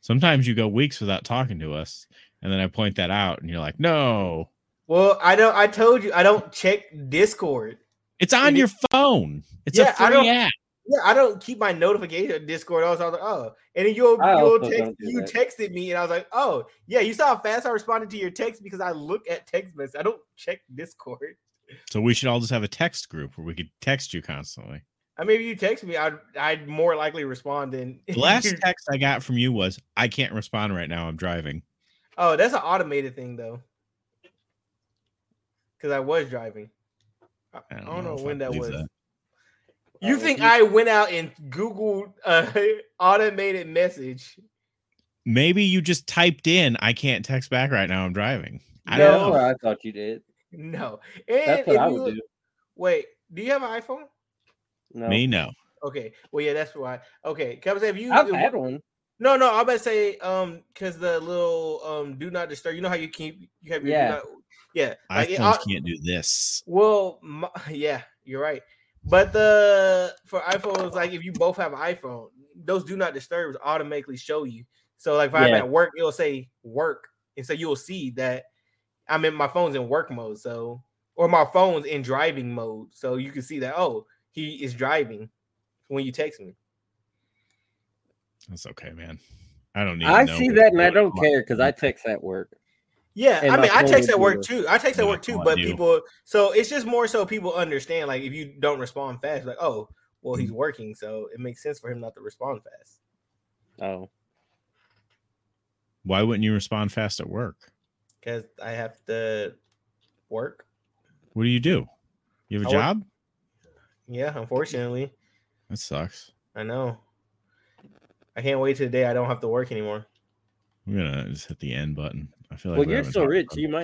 Speaker 1: Sometimes you go weeks without talking to us. And then I point that out, and you're like, no,
Speaker 2: Well, I don't. I told you I don't check Discord.
Speaker 1: it's on
Speaker 2: And
Speaker 1: your phone. It's
Speaker 2: Yeah,
Speaker 1: a
Speaker 2: I
Speaker 1: free
Speaker 2: don't-
Speaker 1: app.
Speaker 2: Yeah, I don't keep my notification on Discord. I was, I was like, oh, and then you'll,
Speaker 3: I
Speaker 2: you'll
Speaker 3: also
Speaker 2: text,
Speaker 3: don't do
Speaker 2: you
Speaker 3: that.
Speaker 2: texted me, and I was like, oh, yeah, you saw how fast I responded to your text because I look at text messages. I don't check Discord.
Speaker 1: So we should all just have a text group where we could text you constantly.
Speaker 2: I mean, if you text me, I'd I'd more likely respond than
Speaker 1: The last text I got from you was, I can't respond right now. I'm driving.
Speaker 2: oh, that's an automated thing though, because I was driving. I, I don't, know,
Speaker 1: if I
Speaker 2: when that
Speaker 1: believe
Speaker 2: was.
Speaker 1: that.
Speaker 2: You
Speaker 3: Uh,
Speaker 2: think
Speaker 3: you-
Speaker 2: I went out and Googled uh, automated message?
Speaker 1: Maybe you just typed in, I can't text back right now. I'm driving. I
Speaker 2: No.
Speaker 1: don't know.
Speaker 3: That's what I thought you did.
Speaker 2: No. And
Speaker 3: That's what
Speaker 2: if
Speaker 3: I
Speaker 2: you
Speaker 3: would
Speaker 2: look-
Speaker 3: do.
Speaker 2: Wait, do you have an iPhone?
Speaker 3: No.
Speaker 1: Me, no.
Speaker 2: Okay. Well, yeah, that's why. Okay, can I say if you?
Speaker 3: I've
Speaker 2: if-
Speaker 3: had one.
Speaker 2: no, no, I'm about to say um because the little um do not disturb. You know how you keep you have your yeah
Speaker 3: Yeah.
Speaker 2: yeah like it,
Speaker 1: iPhones
Speaker 2: au-
Speaker 1: can't do this.
Speaker 2: well my, yeah you're right. But the for iPhones like if you both have an iPhone, those do not disturbs automatically show you. So like if I'm
Speaker 3: Yeah.
Speaker 2: at work, it'll say work, and so you'll see that I'm in my phone's in work mode. So or my phone's in driving mode, so you can see that oh he is driving when you text me.
Speaker 1: That's okay, man. I don't need.
Speaker 3: I
Speaker 1: know
Speaker 3: see
Speaker 1: what-
Speaker 3: that and I
Speaker 1: what
Speaker 3: don't
Speaker 1: my-
Speaker 3: care because I text at work.
Speaker 2: Yeah,
Speaker 3: and
Speaker 2: I mean,
Speaker 3: my
Speaker 2: I
Speaker 3: phone
Speaker 2: text
Speaker 3: will
Speaker 2: at
Speaker 3: do
Speaker 2: work
Speaker 3: it.
Speaker 2: too. I text at
Speaker 1: My
Speaker 2: work too,
Speaker 1: phone
Speaker 2: but
Speaker 1: do.
Speaker 2: people. So it's just more so people understand. Like if you don't respond fast, like oh, well he's working, so it makes sense for him not to respond fast.
Speaker 3: Oh,
Speaker 1: Why wouldn't you respond fast at work?
Speaker 2: Because I have to work.
Speaker 1: What do you do? You have a
Speaker 2: I work-
Speaker 1: job?
Speaker 2: Yeah, unfortunately,
Speaker 1: That sucks.
Speaker 2: I know. I can't wait till the day I don't have to work anymore.
Speaker 1: I'm gonna just hit the end button. I feel like
Speaker 3: well,
Speaker 1: we
Speaker 3: you're
Speaker 1: haven't
Speaker 3: so
Speaker 1: talked
Speaker 3: rich,
Speaker 1: about-
Speaker 3: you might